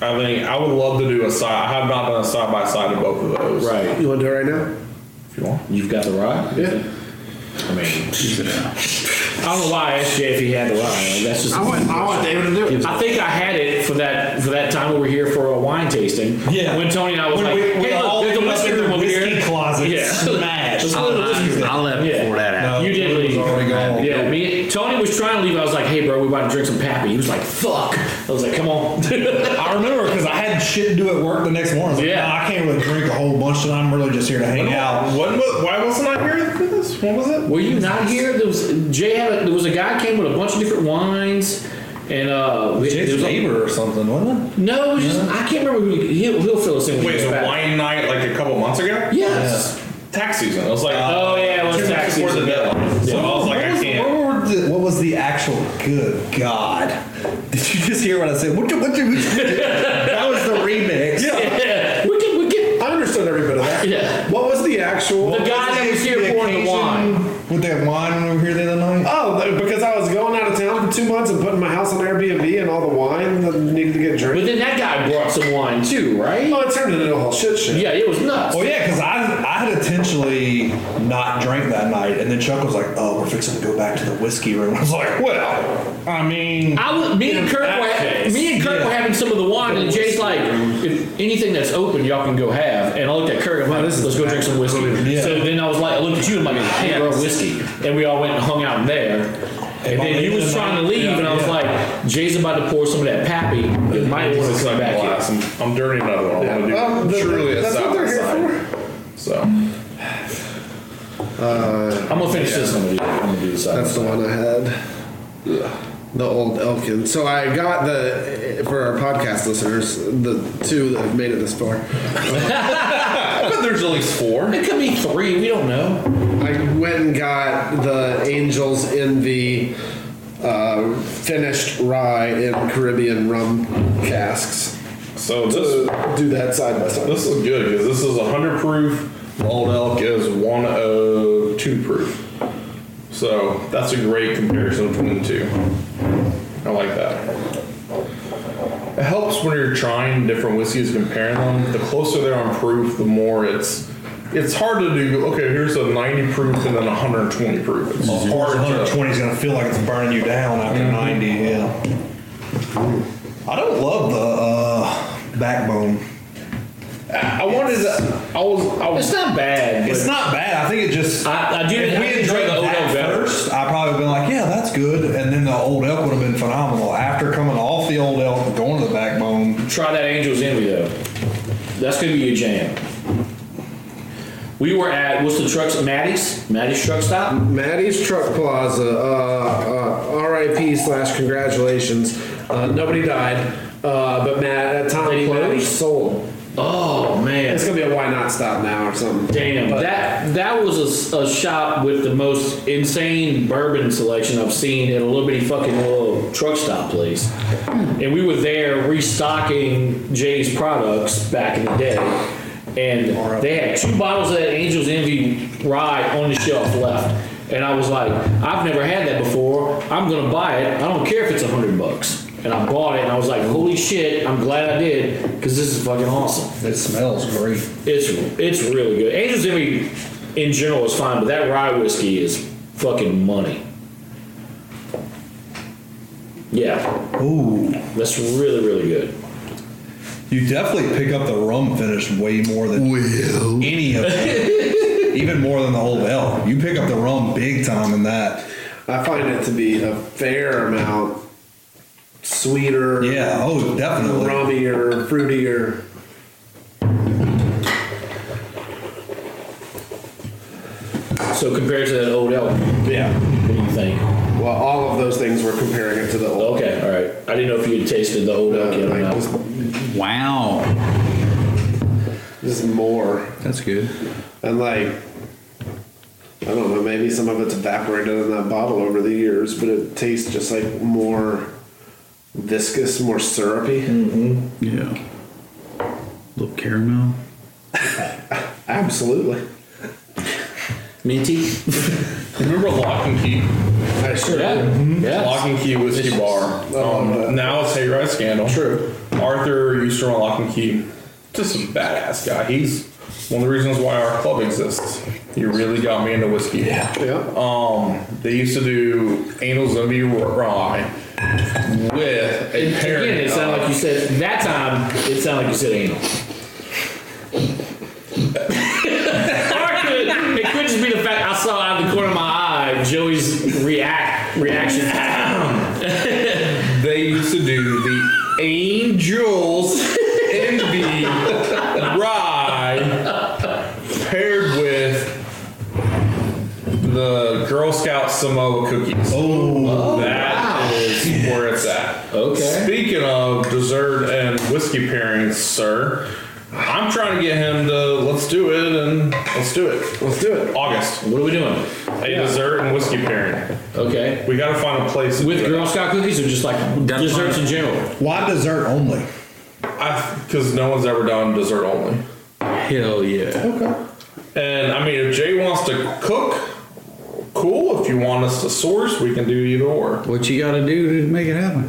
I think I would love to do a side. I have not done a side by side of both of those. Right. You want to do it right now? If you want. You've got the rye. Yeah. I mean, I don't know why I asked Jay if he had the rye. Like, that's just I want- I want David to do it. I think I had it for that for that time we were here for a wine tasting. Yeah. When Tony and I was like, hey, look, there's a whiskey room over here. Yeah. There's a little whiskey room. I left Yeah. before that happened. you did leave. Yeah, Yeah. me. Tony was trying to leave. I was like, "Hey, bro, we about to drink some pappy." He was like, "Fuck." I was like, "Come on." I remember because I had shit to do at work the next morning. I was like, Yeah. "Nah, I can't really drink a whole bunch tonight. I'm really just here to hang When- out. When, why wasn't I here for this? When was it? Were you not here? There was Jay had a, there was a guy came with a bunch of different wines, and uh, we- there was a- neighbor or something, wasn't it? No, it was just I can't remember. Who, he'll, he'll fill us in. Wait, so wine night like a couple months ago? Yes. Tax season. It was like Oh, yeah, it was two tax months uh, before season. the deadline. So I was like, what, I was, can't. what were the, what was the actual? Good God! Did you just hear what I said? What you, what you, what you- that was the remix. Yeah. We can, we can. I understood every bit of that. Yeah. What was the actual? The guy that was here pouring the wine. With that wine when we were here the other night. Oh, th- because I was going out of town for two months and putting my house on Airbnb and all the wine that needed to get drank. But then that guy brought some wine too, right? Well, it turned into a whole shit show. Yeah, it was nuts. Oh, Well, Oh, yeah, because I, I had intentionally not drank that night, and then Chuck was like, "Oh, we're fixing to go back to the whiskey room." I was like, "Well, I mean, I was, me in and Kirk that were ha- case, me and Kirk yeah. were having some of the wine, and Jay's like, if anything that's open, y'all can go have. And I looked at Kirk, I'm like, let's go drink some whiskey. Yeah. So then I was like, I looked at you, and I'm like, hey, bro, whiskey. And we all went and hung out in there. And then you was trying to leave, and I was like, Jay's about to pour some of that pappy. You might want to come back here. Glass. I'm, I'm dirty another one. I want to do Well, th- truly a that's side what by they're here side. So Uh, I'm gonna finish this. I'm gonna do, I'm gonna do this. That's the one I had. The old Elkin. So I got the for our podcast listeners the two that have made it this far. I bet there's at least four. It could be three. We don't know. I went and got the Angels in the uh, finished rye in Caribbean rum casks. So this do that side by side. This is good because this is 100 proof. Old elk is 102 proof. So that's a great comparison between the two. I like that. It helps when you're trying different whiskeys, comparing them. The closer they're on proof, the more it's. It's hard to do. Okay, here's a 90 proof and then 120 proof. It's Of Mm-hmm. course, hard to- 120 is gonna feel like it's burning you down after 90. Yeah. I don't love the uh, backbone. I wanted. To, I was. I was. It's not bad. It's but- not bad. I think it just. I, I do. If we I had enjoy drank the Odo that better. first, I probably would have been like, yeah, that's good. And then the old elk would have been phenomenal. After coming off the old elk, and going to the backbone. Try that Angels Envy though. That's gonna be your jam. We were at what's the trucks? Maddie's. Maddie's truck stop. Maddie's Truck Plaza, uh, uh, RIP slash congratulations. Uh, nobody died, uh, but Matt, that Tom Lady Close Maddie? sold. Oh man, It's gonna be a why not stop now or something. damn! But- That that was a s- a, shop with the most insane bourbon selection I've seen at a little bitty fucking little truck stop place. And we were there restocking Jay's products back in the day. and they had two bottles of that Angel's Envy rye on the shelf left. And I was like, I've never had that before. I'm gonna buy it. I don't care if it's a hundred bucks. And I bought it, and I was like, holy shit! I'm glad I did because this is fucking awesome. It smells great. It's it's really good. Angel's Envy in general is fine, but that rye whiskey is fucking money. Yeah. Ooh. That's really, really good. You definitely pick up the rum finish way more than any of it. Even more than the whole bell. You pick up the rum big time in that. I find it to be a fair amount sweeter. Yeah, oh, definitely. Rummier, fruitier. So compared to that old elk. Yeah. What do you think? Well, all of those things were comparing it to the old. Okay, all right. I didn't know if you had tasted the old elk yet or not. Wow. This is more. That's good. And like, I don't know, maybe some of it's evaporated in that bottle over the years, but it tastes just like more viscous, more syrupy. Hmm. Mm-hmm. Yeah. little caramel. Absolutely. Minty. Remember Lock and Key? I sure yeah. Lock and Key Whiskey Bar. Um, now it's Hayride Scandal. True. Arthur used to run Lock and Key. Just a badass guy. He's one of the reasons why our club exists. He really got me into whiskey. Yeah. Um, they used to do Anal Zombie Rye with a pair Again, it sounded like you said that time. It sounded like you said anal. Or it could, it could just be the fact I saw out of the corner of my eye Joey's react reaction. they used to do the Angels Envy Rye paired with the Girl Scout Samoa cookies. Oh, that is where it's at. Okay. Speaking of dessert and whiskey pairings, sir, I'm trying to get him to let's do it and let's do it. Let's do it. August. What are we doing? A dessert and whiskey pairing. Okay. We got to find a place with Girl Scout cookies or just like desserts in general. Why dessert only? Because no one's ever done dessert only. Hell yeah. Okay. And I mean, if Jay wants to cook, cool. If you want us to source, we can do either or. What you got to do to make it happen?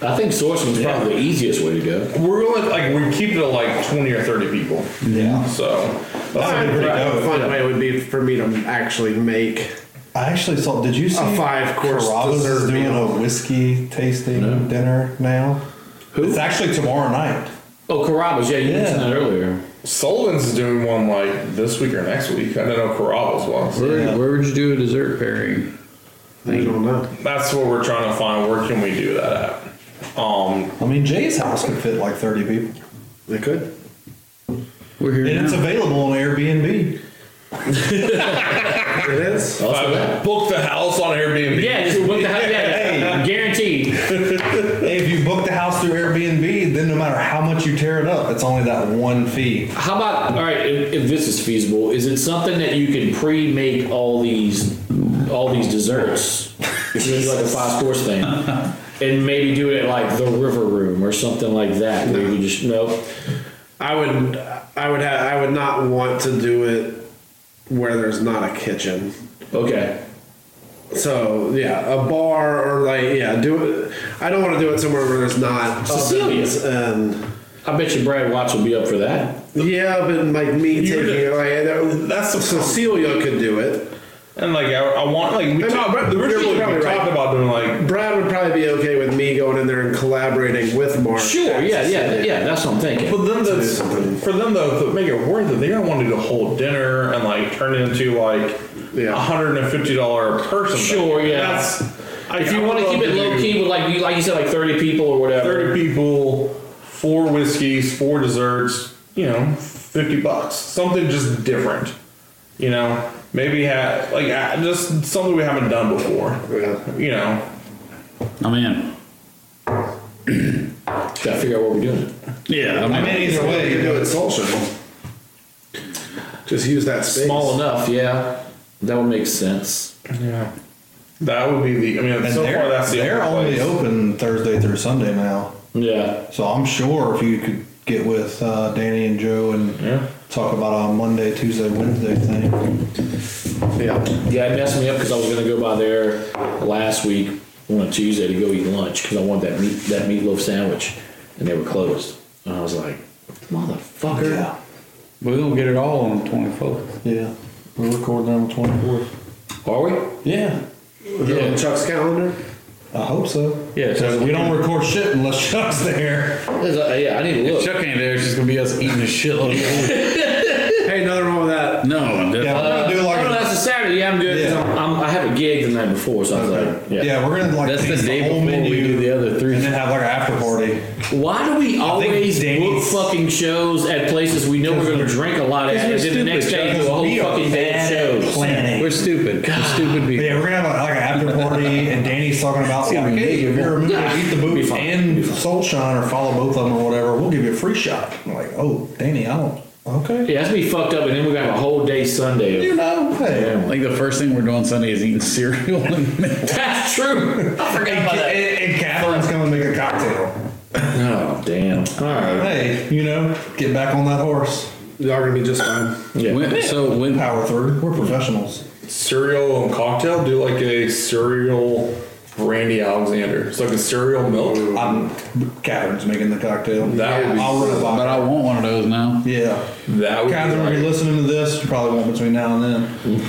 I think sourcing is probably the easiest way to go. We're going like we keep it at like twenty or thirty people. Yeah. So that's Find a fun Yeah. way would be for me to actually make. I actually saw. Did Oh, you see a five course Carrabba's dessert is doing meal? a whiskey tasting dinner now. Who? It's actually tomorrow night. Oh, Carrabba's. Yeah, you mentioned that earlier. Sullivan's is doing one like this week or next week. I don't know if Carrabba's was. Where, where would you do a dessert pairing? I don't know. That's what we're trying to find. Where can we do that at? Um, I mean, Jay's house could fit like thirty people. They could. We're here And it's available on Airbnb. It is. I booked the house on Airbnb. Yeah, just book the house. Hey. Yeah, guaranteed. if you book the house through Airbnb, then no matter how much you tear it up, it's only that one fee. How about all right? If, if this is feasible, is it something that you can pre-make all these all these desserts? If you do like a five course thing, and maybe do it at like the River Room or something like that. Where you just nope. I would. I would. Ha- I would not want to do it where there's not a kitchen. Okay. So yeah, a bar or like yeah, do it. I don't want to do it somewhere where there's not Sicilian. ovens and I bet you Brad Watts will be up for that. yeah, but like me taking it like that's Cecilia could do it. And like I, I want like we And talked Brad- originally we Brad's probably talked right. about doing like Brad would probably be okay with me going in there and collaborating with Mark. Sure, yeah, yeah, yeah, that's what I'm thinking. But then do that's, something. for them though, to make it worth it, they're gonna want to do the whole dinner and like turn it into like hundred and fifty dollar a person. Sure, thing. yeah. That's I- if you I want to would keep love it low do key, with like you like you said, like thirty people or whatever. Thirty people, four whiskeys, four desserts. You know, fifty bucks. Something just different. You know, maybe ha- like uh, just something we haven't done before. You know, I'm in. Gotta figure out what we're doing. Yeah, I mean, either way, you do it social. Just use that space. Small enough, yeah. That would make sense. Yeah. That would be the. I mean, And so they're, far that's the they're only place. open Thursday through Sunday now. Yeah. So I'm sure if you could get with uh, Danny and Joe and Yeah. talk about on Monday, Tuesday, Wednesday thing. Yeah. Yeah, it messed me up because I was gonna go by there last week on a Tuesday to go eat lunch because I wanted that meat that meatloaf sandwich, and they were closed. And I was like, motherfucker. We're gonna get it all on the twenty fourth. Yeah. We're recording on the twenty fourth. Are we? Yeah. Is it on Chuck's calendar? I hope so. Yeah, Because we don't record shit unless Chuck's there. yeah, I need If Chuck ain't there, it's just gonna be us eating a shitload of food. hey, nothing wrong with that. No, Yeah, we're gonna do like oh, no, a- that's a Saturday. Yeah, I'm good. 'cause I'm, I'm, I have a gig the night before, so I was like, yeah. Yeah, we're gonna like that's the change day whole before menu we do the other three. and then have like an after party. Why do we always book fucking shows at places we know we're going to drink a lot at, Because and we're then the next stupid, day do Chuck. a whole We are fucking day of bad at shows? planning. We're stupid. stupid people. Yeah, we're gonna have like an after party, and Danny's talking about like, hey, if you're a movie, eat the boots and Soul Shine, or follow both of them, or whatever, we'll give you a free shot. I'm like, oh, Danny, I don't. Okay. Yeah, that's gonna be fucked up, and then we're gonna have a whole day Sunday. You know, hey. I think the first thing we're doing Sunday is eating cereal. That's true. I forgot about that. And, and Catherine's coming to make a cocktail. Oh damn! All right. Hey, you know, get back on that horse. Y'all are gonna be just fine. Yeah. When- so when power through, we're professionals. cereal and cocktail. Do like a cereal Randy Alexander. It's like a cereal milk. I'm, Catherine's making the cocktail. That would be. I'll run it by. but I want one of those now. Yeah. That would Catherine, be. if like- you're listening to this, you probably won't between now and then.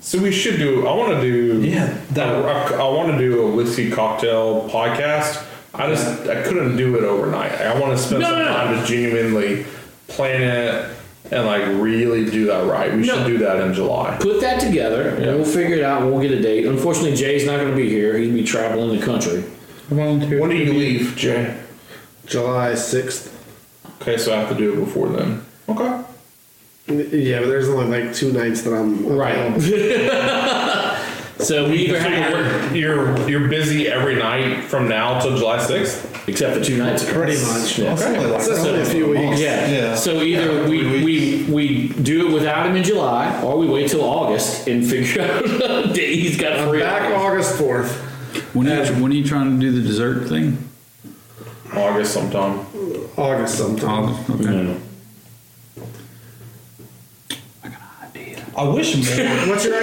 so we should do. I want to do. Yeah. I, want to do a whiskey cocktail podcast. I just I couldn't do it overnight. I want to spend No, some no, no. time to genuinely plan it and like really do that right. We No. should do that in July. Put that together, and we'll figure it out. and We'll get a date. Unfortunately, Jay's not gonna be here. He's be traveling the country. When do you leave, Jay? July sixth. Okay, so I have to do it before then. Okay. Yeah, but there's only like two nights that I'm so we either So have you're, you're you're busy every night from now till July sixth, except for two nights. Pretty much. Yeah. Okay. It's only a few weeks. Yeah. Yeah. So either we, we we do it without him in July, or we wait till August and figure out a date he's got free. back August fourth. When are, you, when are you trying to do the dessert thing? August sometime. August sometime. August. Okay. I wish. Man. What's your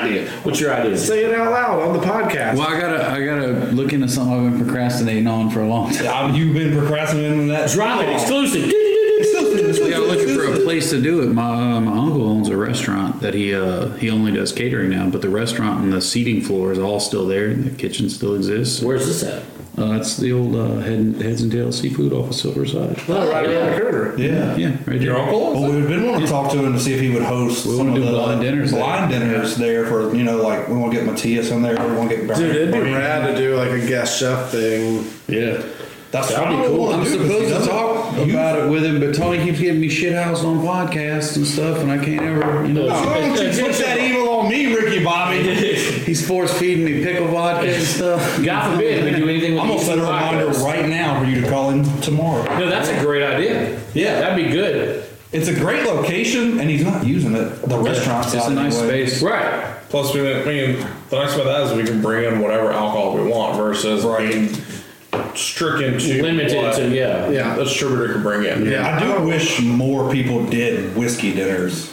idea. What's your idea? Say it out loud on the podcast. Well, I gotta I gotta look into something I've been procrastinating on for a long time. I'm, you've been procrastinating that. Drop it exclusive. Yeah, I'm looking for a place to do it. My uh, my uncle owns a restaurant that he uh, he only does catering now, but the restaurant and the seating floor is all still there, and the kitchen still exists. Where's this at? Uh, it's the old uh, head and, Heads and Tails Seafood off of Silverside. Oh, right around the corner. Yeah. Yeah, right there. Well, we've been wanting to talk to him to see if he would host. We want to do blind dinners. Blind dinners there for you know, like we want to get Matthias in there. We want to get Brian Dude, it'd be Brady. rad to do like a guest chef thing. Yeah. That's That'd probably be cool. cool. I'm Dude, supposed he to does talk about it with him, but Tony keeps getting me shithoused on podcasts and stuff, and I can't ever, you know. Why don't you put that evil on me, Ricky Bobby? He's force feeding me pickle vodka and stuff. God forbid we do anything. With I'm gonna these set a reminder podcasts. right now for you to call him tomorrow. No, that's a great idea. Yeah. that'd be good. It's a great location, and he's not using it. The restaurant's out anyway. right? Plus, we, I mean, the nice thing about that is we can bring in whatever alcohol we want versus being stricken to Limited what to- yeah. Yeah. a distributor can bring in. I do wish more people did whiskey dinners.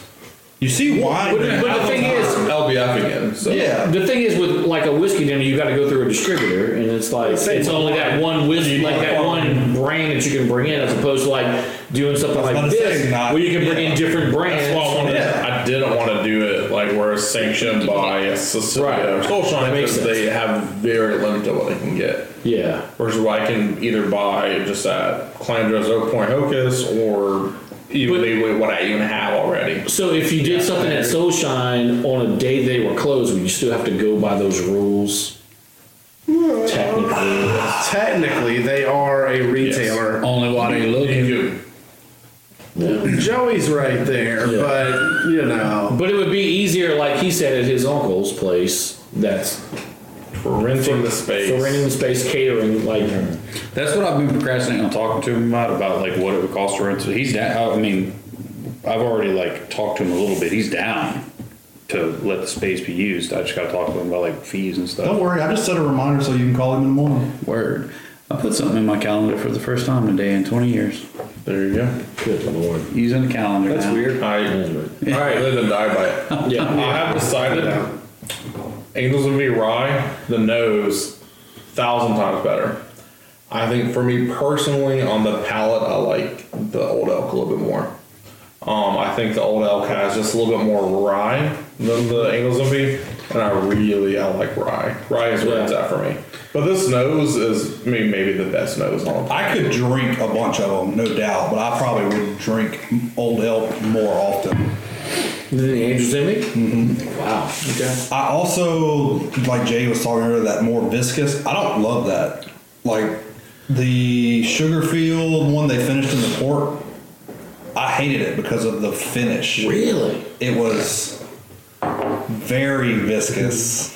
You see why? But, but the thing is, LBF again. So. Yeah. The thing is, with like a whiskey dinner, you got to go through a distributor, and it's like Same it's only that one whiskey, like that one brand that you can bring in, as opposed to like doing something like this, where you can bring in different brands. That's why I, wanted, I didn't want to do it like where it's sanctioned by Cecilia Right. or Solshan That makes because sense. they have very limited what they can get. Yeah. Versus what I can either buy just at Clandro's Oak Point Hocus or even the- what I even have already. So if you did something at Soulshine on a day they were closed, would you still have to go by those rules? Technically, Technically, they are a retailer. Only while they looking. Joey's right there, Yeah. but you know, but it would be easier, like he said, at his uncle's place. That's For renting the space. Mm-hmm. for renting the space, catering, like That's what I've been procrastinating on talking to him about, about like what it would cost to rent. So he's down. I mean, I've already like talked to him a little bit. He's down to let the space be used. I just got to talk to him about like fees and stuff. Don't worry, I just set a reminder so you can call him in the morning. Word. I put something in my calendar for the first time today in 20 years. There you go. Good lord. Using the calendar. That's now. weird. I, All right, live and die by it. Yeah, I have decided. Angels of Rye, the nose, thousand times better. I think for me personally, on the palate, I like the Old Elk a little bit more. Um, I think the Old Elk has just a little bit more rye than the Angels of and I really I like rye. Rye is where it's at for me. But this nose is I mean, maybe the best nose on. I could drink a bunch of them, no doubt, but I probably would drink Old Elk more often. The Angels in me? Mm-hmm. Wow. Okay. I also, like Jay was talking earlier, that more viscous. I don't love that. Like the Sugarfield one they finished in the port, I hated it because of the finish. Really? It was very viscous.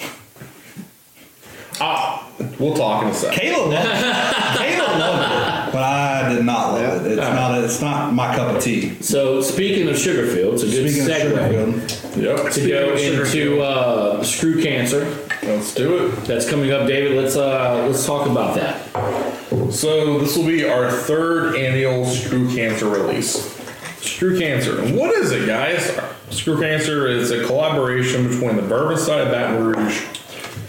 Ah, we'll talk in a second. Caleb loved it. Caleb loved it, but I did not love it. It's not. It's not my cup of tea. So speaking of Sugarfield, it's a good Speaking of segue yep. to go Speaking of into uh, screw cancer. Let's do it. That's coming up, David. Let's uh, let's talk about that. So this will be our third annual Screw Cancer release. Screw Cancer. And What is it, guys? Screw Cancer is a collaboration between the bourbon side of Baton Rouge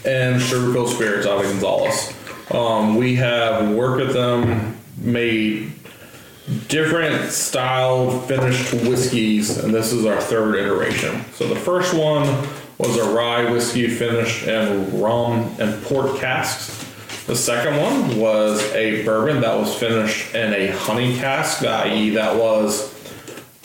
and Sugarfield Spirits out of Gonzales. Um, we have worked with them, made different style finished whiskeys, and this is our third iteration. So the first one was a rye whiskey finished in rum and port casks. The second one was a bourbon that was finished in a honey cask, i.e., that was,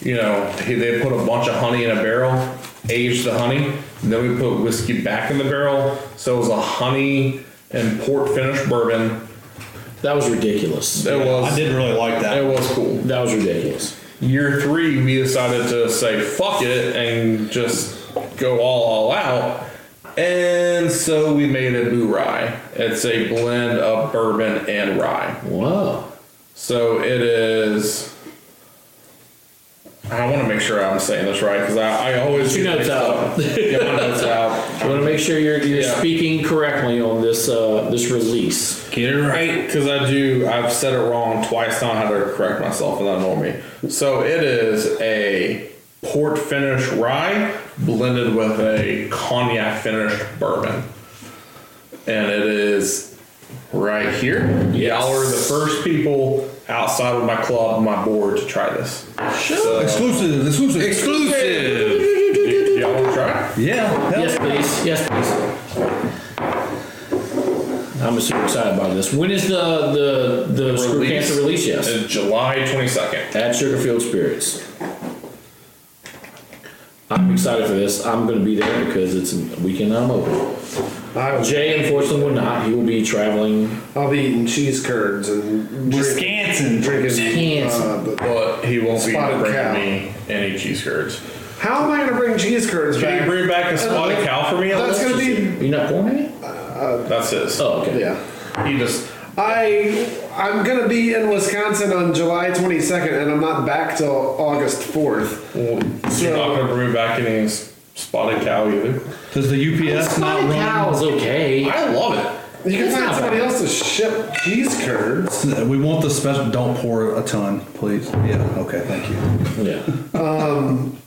you know, he- they put a bunch of honey in a barrel, aged the honey, and then we put whiskey back in the barrel. So it was a honey and port finished bourbon. That was ridiculous. It was. I did really like that. It was cool. That was ridiculous. Year three, we decided to say fuck it and just go all all out. And so we made a boo rye. It's a blend of bourbon and rye. Wow. So it is. I want to make sure I'm saying this right because I, I always Your notes out. Get my notes out. I want to make sure you're, you're Yeah. speaking correctly on this uh, this release. Get it right. Because I do, I've said it wrong twice now. I had to correct myself, and that annoyed me. So it is a port finish rye blended with a cognac finished bourbon. And it is right here. Y'all are the first people outside of my club, my board, to try this. So- Exclusive. Exclusive. Exclusive. Do Y'all want to try? Yeah. Yes, please. Yes, please. I'm super excited about this. When is the the the screw cancer release? Yes. Uh, July twenty second. at Sugarfield Spirits. I'm excited for this. I'm going to be there because it's a weekend I'm open. Jay, unfortunately, will not. He will be traveling. I'll be eating cheese curds and Wisconsin drinking. Uh, Wisconsin. the- But he won't be Spotted bringing cow. me any cheese curds. how am I going to bring cheese curds Can you back? bring back a spotted cow for me? That's going to be. You're not pouring any? That's his. Oh, okay. Yeah. He just. I I'm gonna be in Wisconsin on July 22nd, and I'm not back till August 4th. Well, you're not going to bring back any s- spotted cow either. Does the UPS not run? Cow's okay. I love it. You can It's find not somebody bad. else to ship cheese curds. We want the special. Don't pour a ton, please. Yeah. Okay. Thank you. Yeah. Um,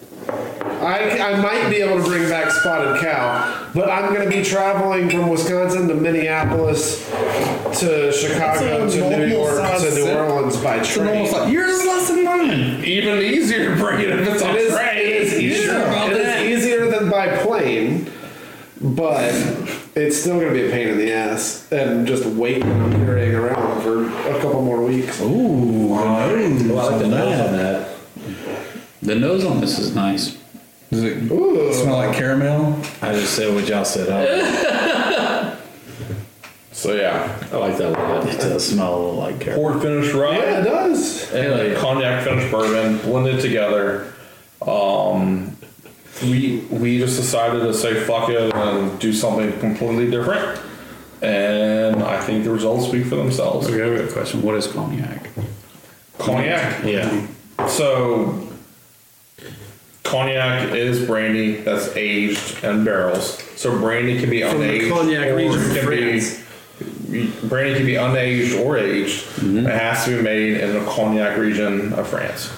I, I might be able to bring back Spotted Cow, but I'm going to be traveling from Wisconsin to Minneapolis to Chicago That's a to New normal York size to New set. Orleans by train. Yours is less than mine. Even easier to bring it if it's on It is, train. it is You easier. sure about it that? is easier than by plane, but it's still going to be a pain in the ass and just waiting and carrying around for a couple more weeks. Ooh, the nose. Well, I like the on nose that. on that. The nose on this is nice. Does it Ooh. smell like caramel? I just said what y'all said. I- So yeah, I like that one. It does smell a little like caramel. port finished rye Yeah, it does. and a cognac finished bourbon blended together. Um, we we just decided to say fuck it and do something completely different, and I think the results speak for themselves. Okay, I've got a question. What is cognac? Cognac. Yeah. So, cognac is brandy that's aged in barrels. So brandy can be From the unaged cognac or region it of can France. be brandy can be unaged or aged. Mm-hmm. It has to be made in the cognac region of France.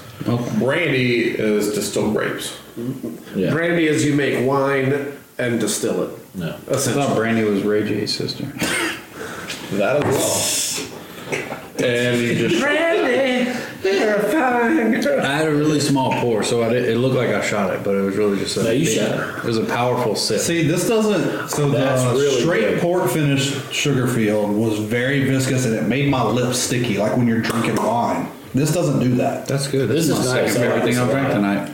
Brandy is distilled grapes. Brandy is you make wine and distill it. No. I thought Brandy was Ray J's sister. that as well. And you just Brandy, you're a fine I had a really small pour, so I did, it looked like I shot it, but it was really just a. No, you big- shot it. was a powerful sip. See, this doesn't. So That's the really straight good. port finish Sugarfield was very viscous, and it made my lips sticky, like when you're drinking wine. This doesn't do that. That's good. This, is nice. I like this a lot.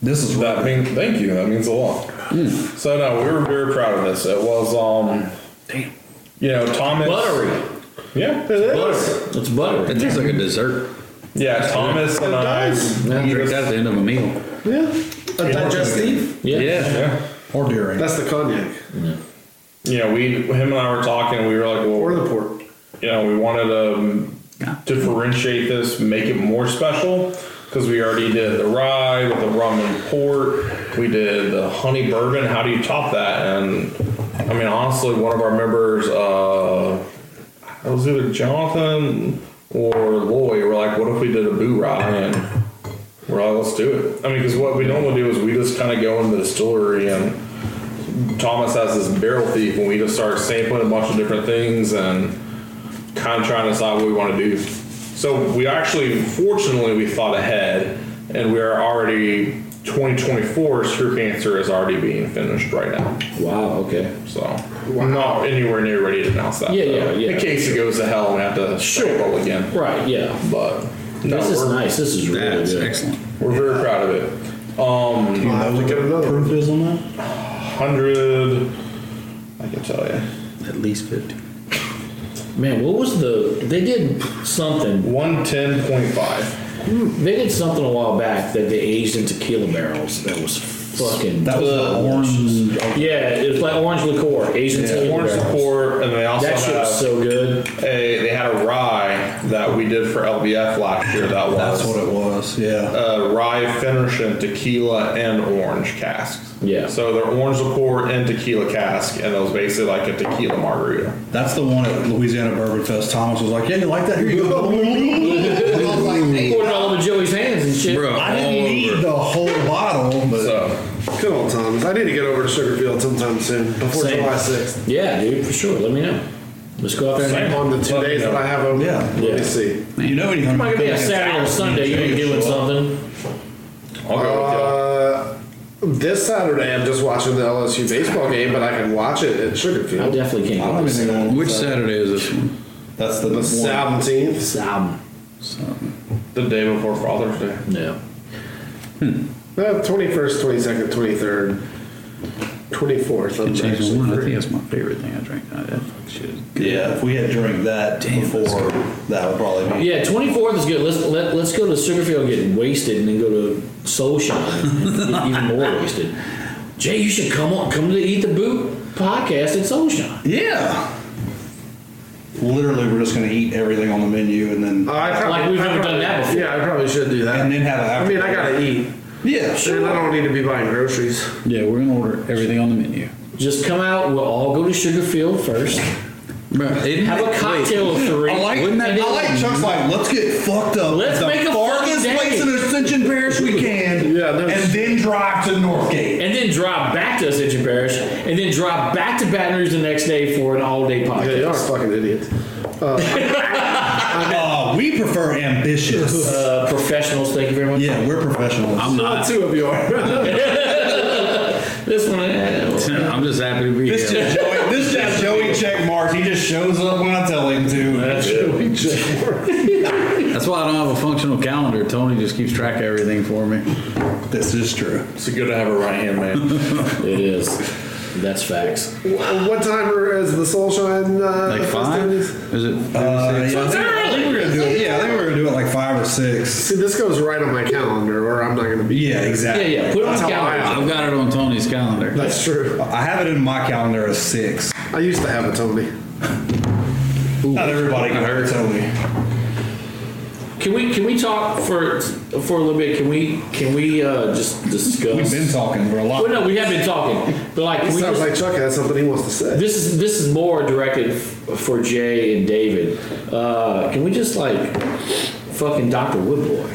This is that mean, thank you. That means a lot. Hmm. So no, we were very proud of this. It was um, damn. You know, Thomas Buttery. Yeah, it is. Buttery. It's buttery. It tastes like a dessert. Yeah, Thomas and I. Yeah, I drink that at the end of a meal. Yeah. A digestive? Yeah. Or during. That's the cognac. You know, we him and I were talking. and We were like, well, or the port. You know, we wanted to um, differentiate this, make it more special because we already did the rye with the rum and port. We did the honey bourbon. How do you top that? And I mean, honestly, one of our members, uh, it was either Jonathan or Loy. We're like, what if we did a boo rye? And we're like, let's do it. I mean, because what we normally do is we just kind of go into the distillery and. Thomas has this barrel thief, and we just start sampling a bunch of different things and kind of trying to decide what we want to do. So we actually, fortunately, we thought ahead, and we are already 2024 screw cancer is already being finished right now. Wow. Okay. So I'm not anywhere near ready to announce that. Yeah, though. yeah, yeah. In case it goes to hell, we have to sure roll again. Right. Yeah. But This is we're- nice. This is really That's good. excellent. We're very proud of it. Um, Do you know what the proof is on that? Hundred. I can tell you. At least fifty. Man, what was the? They did something. One ten point five. They did something a while back that they aged in tequila barrels. That was fucking. That was the orange. Yeah, it was like orange liqueur, Asian Yeah, tequila orange barrels. liqueur, and they also That shit was have so good. A, they had a rye that we did for LBF last year. That was That's what it was. Yeah. uh, rye finish and tequila and orange casks. Yeah. So they're orange liqueur and tequila cask, and it was basically like a tequila margarita. That's the one at Louisiana Bourbon Fest. Thomas was like, "Yeah, you like that? Here you go." And I was like, "Hey, Poured it all over Joey's hands and shit. I didn't need the whole bottle, but Good old Thomas. I need to get over to Sugarfield sometime soon before Same. July 6th. Yeah, dude, for sure. Let me know. Let's go out there and On the two Let me days know. that I have open. Yeah. Let me Yeah. see. you know any It might be a Saturday or Sunday. You're doing something. I'll go with you. Uh, this Saturday, I'm just watching the LSU baseball game, but I can watch it at Sugarfield. I definitely can't. don't even know. Which Saturday is this one? That's the The one. seventeenth. Sam. The day before Father's Day. Yeah. Twenty first, twenty second, twenty third, twenty fourth. I'm James actually one. I free. think that's my favorite thing I drank. That that shit. is good. Yeah, if we had drank that before, that would probably be. Yeah, 24th is good. Let's let, let's go to Sugarfield and get wasted, and then go to Soul Shine and get even more wasted. Jay, you should come on, come to the Eat the Boot podcast at Soul Shine. Yeah. Literally, we're just going to eat everything on the menu and then. Uh, I probably, Like we've I never probably- done that before. Yeah, I probably should do that. and then have. A I mean, I gotta eat. Yeah, Sure. I don't need to be buying groceries. Yeah, we're gonna order everything on the menu. Just come out. We'll all go to Sugarfield first. Have a cocktail of three. I like, I like Chuck's like, let's get fucked up. Let's the make a farthest fucking place day." in Ascension Parish we can, Yeah, no- and then drive to Northgate. and then drive back to Ascension Parish, and then drive back to Baton Rouge the next day for an all-day Yeah, y'all are podcast. fucking idiots. Uh, we prefer ambitious. Uh, professionals, thank you very much. yeah, we're professionals. I'm Uh, not. two of you are. This one, eh, well, I'm just happy to be This here. just Joey, this just Joey check marks. He just shows up when I tell him to. That's Joey Jack. That's why I don't have a functional calendar. Tony just keeps track of everything for me. This is true. It's good to have a right hand man. it is. That's facts. what time is the Soulshine uh, Like five? festivities? Is it? Uh, yeah, I think- I think we're gonna do it. Yeah, I think we're gonna do it like five or six. See, this goes right on my calendar, or I'm not going to be. Yeah, Yeah, exactly. yeah. Put it on That's the how I calendar. am. I've got it on Tony's calendar. That's true. I have it in my calendar as six. I used to have a Tony. Not everybody can hear Tony. Can we can we talk for for a little bit? Can we can we uh, just discuss? We've been talking for a lot. Well, no, we have been talking, but like It we sounds just, like Chuck has something he wants to say. This is this is more directed f- for Jay and David. Uh, can we just like fucking Doctor Woodboy?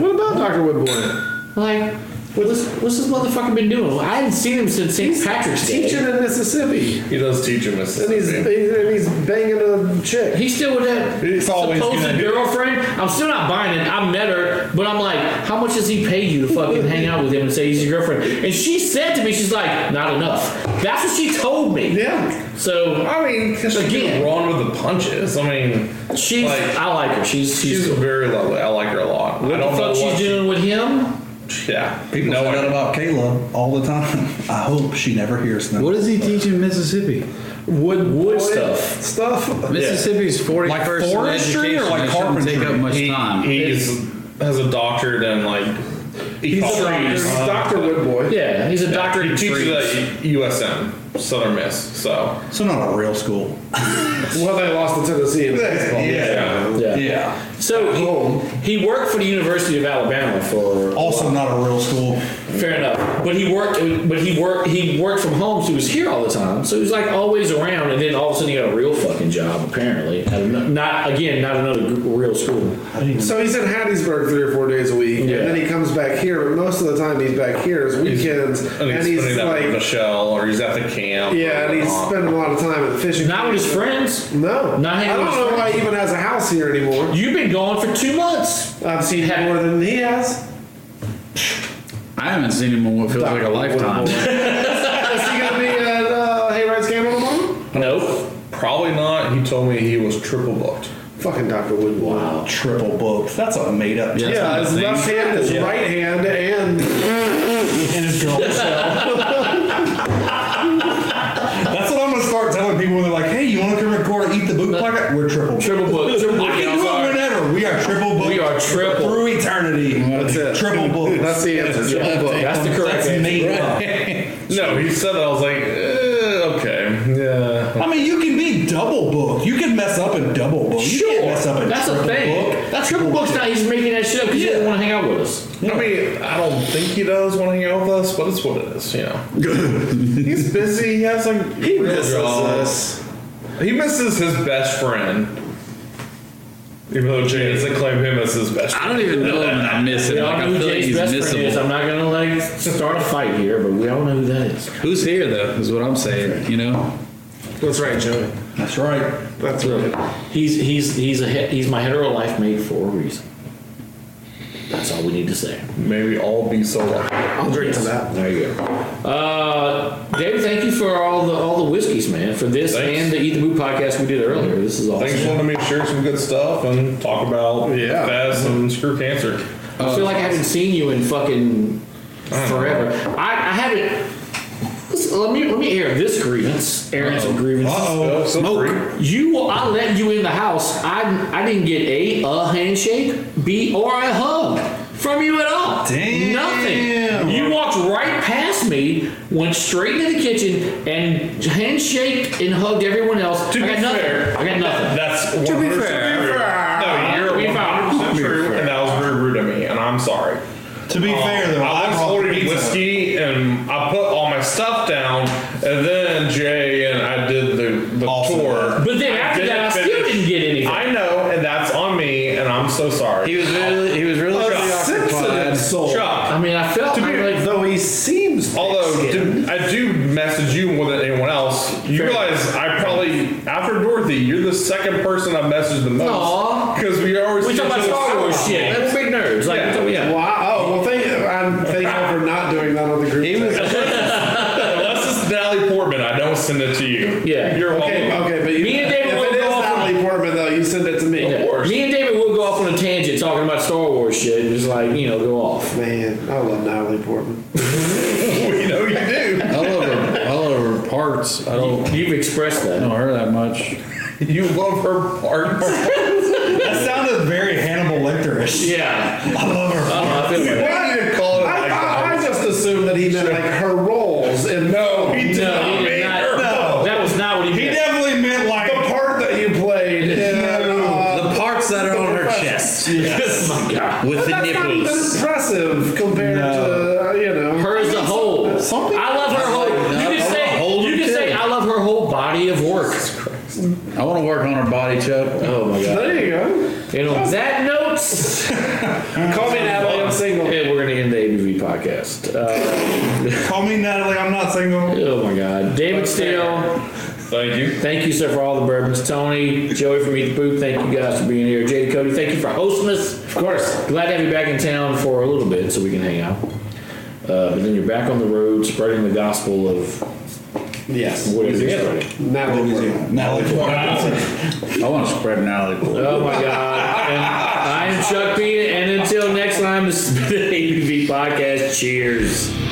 What about Doctor Woodboy? Like, what's what's this motherfucker been doing? I hadn't seen him since St. Patrick's Day. Teaching in Mississippi. He does teach him And he's, he's, and he's banging a chick. He's still with that supposed girlfriend. I'm still not buying it. I met her, but I'm like, how much does he pay you to fucking hang out with him and say he's your girlfriend? And she said to me, she's like, not enough. That's what she told me. Yeah. So I mean, she's again, wrong with the punches. I mean, she's I like her. She's she's, very lovely. I like her a lot. I what the don't know fuck she's what she- doing with him? Yeah, people know that about Kayla all the time. I hope she never hears them. What is he teaching Mississippi? Wood wood stuff stuff. Mississippi's forty Like first in forestry education. or like It shouldn't carpentry? Take up much He- time. He is, has a doctorate in like trees. Woodboy. Yeah, he's a doctor He in teaches trees. at USM, Southern Miss. So, so not a real school. well, they lost to Tennessee in baseball. Yeah. Yeah. yeah. So he, he worked for the University of Alabama for also not a real school. Fair enough. But he worked. But he worked. He worked from home, so he was here all the time. So he was like always around. And then all of a sudden, he got a real fucking job. Apparently, at ano- not again, not another g- real school. So he's in Hattiesburg three or four days a week, Yeah. and then he comes back here. But most of the time, he's back here is weekends, and he's, spending that with like, Michelle, or he's at the camp. yeah, and he's Uh, spending a lot of time at the fishing. Not with his friends. No, Not hanging I don't with his know why friends. he even has a house here anymore. You've been gone for two months. I've seen more than he has. I haven't seen him in what feels like a lifetime. Is he gonna be at uh, Hayride's Gamble tomorrow? Nope. Probably not. He told me he was triple booked. Fucking Dr. Woodward. Wow. Triple booked. That's a made up Yeah, his left hand, his right hand, and and his drum That's what I'm gonna start telling people when they're like, "Hey, you want to come record Eat the Boot Pocket? We're triple triple booked. Triple booked. I We can can do it offer- whenever. We are triple booked. We are triple. through eternity. That's it. Triple booked. That's the answer. Triple booked. That's the correct That's answer. made Right. no, he said that. I was like, eh, okay. up. I mean, you can be double booked. You can mess up and double book. You can't mess up and That's triple a thing. book. That triple book's not. He's making that shit up because he doesn't want to hang out with us. I mean, I don't think he does want to hang out with us, but it's what it is, you know. He's busy. He has like he misses us. He misses his best friend. Even though Jay doesn't claim him as his best friend. I don't even know him and I miss him. Yeah, Like, I I knew feel like Jay's he's best friend is. I'm missable. not gonna like start a fight here, but we all know who that is. Who's here though? Is what I'm saying. You know. That's right, Joey. That's right. That's right. He's he's he's a he- he's my hetero life mate for a reason. That's all we need to say. May we all be so lucky. I'll drink to that. There you go. Uh, David, thank you for all the all the whiskeys, man. For this Thanks. and the Eat the Boot podcast we did earlier. This is awesome. Thanks for letting me share some good stuff and talk about yeah. Fez and screw cancer. I feel like I haven't seen you in fucking forever. I, I haven't. listen, let me let me air this grievance. Airing some grievances. Uh-oh. Smoke. You, I let you in the house. I I didn't get a a handshake, b or a hug from you at all. Damn. Nothing. You walked right past me, went straight into the kitchen, and handshaked and hugged everyone else. To I be got nothing. fair, I got nothing. That's 100% true. No, you're 100% true, and that was very rude of me, and I'm sorry. To be Um, fair, though, I was brought the ordering pizza. whiskey and I put all my stuff down, and then Jay and I did the, the tour. But then after didn't that, I still didn't get anything. I know, and that's on me, and I'm so sorry. He was really, he was really Chuck, preoccupied. sensitive soul. Chuck. I mean, I felt To be- I'm like Though he seems Although do, I do message you more than anyone else, you Fair. realize I probably after Dorothy, you're the second person I've messaged the most Aw. because we always we talk about Star Wars shit. That's big nerds. Like, Yeah. yeah. yeah. Wow. Oh, well, thank, I'm thankful for not doing that on the group. Unless it's Natalie Portman, I don't send it to you. Yeah. you're okay, welcome. okay, but you, Me and David if will it is go off on- Natalie Portman, though, you send it to me. Yeah. Me and David will go off on a tangent talking about Star Wars shit and just like, you know, go off. Man, I love Natalie Portman. we know you do. All over, all over parts. I don't. You've expressed that. I don't hear that much. You love her part. That sounded very Hannibal Lecterish. Yeah. I love her. I feel like Why did you call it I, I, I just assumed that he meant like her roles and no, he did No, not he did make not. her. No. That was not what Oh, he He meant. definitely meant like the part that you played. in, uh, The parts that are on her Professor. work. I want to work on her body, Chuck. Oh my god. There you go. And on that note, call me Natalie. I'm single. And we're gonna end the ABV podcast. Uh, call me Natalie. I'm not single. Oh my God, David Steele. Thank you. Thank you, sir, for all the bourbons. Tony, Joey from Eat the Poop. Thank you guys for being here. Jade, Cody, thank you for hosting us. Of course. Glad to have you back in town for a little bit so we can hang out. Uh, but then you're back on the road, spreading the gospel of yes, what is New it? Zealand. Natalie, Natalie. I want to spread Natalie. Oh my God. And I'm Chuck Pina, and until next time, this has been the ABV Podcast. Cheers.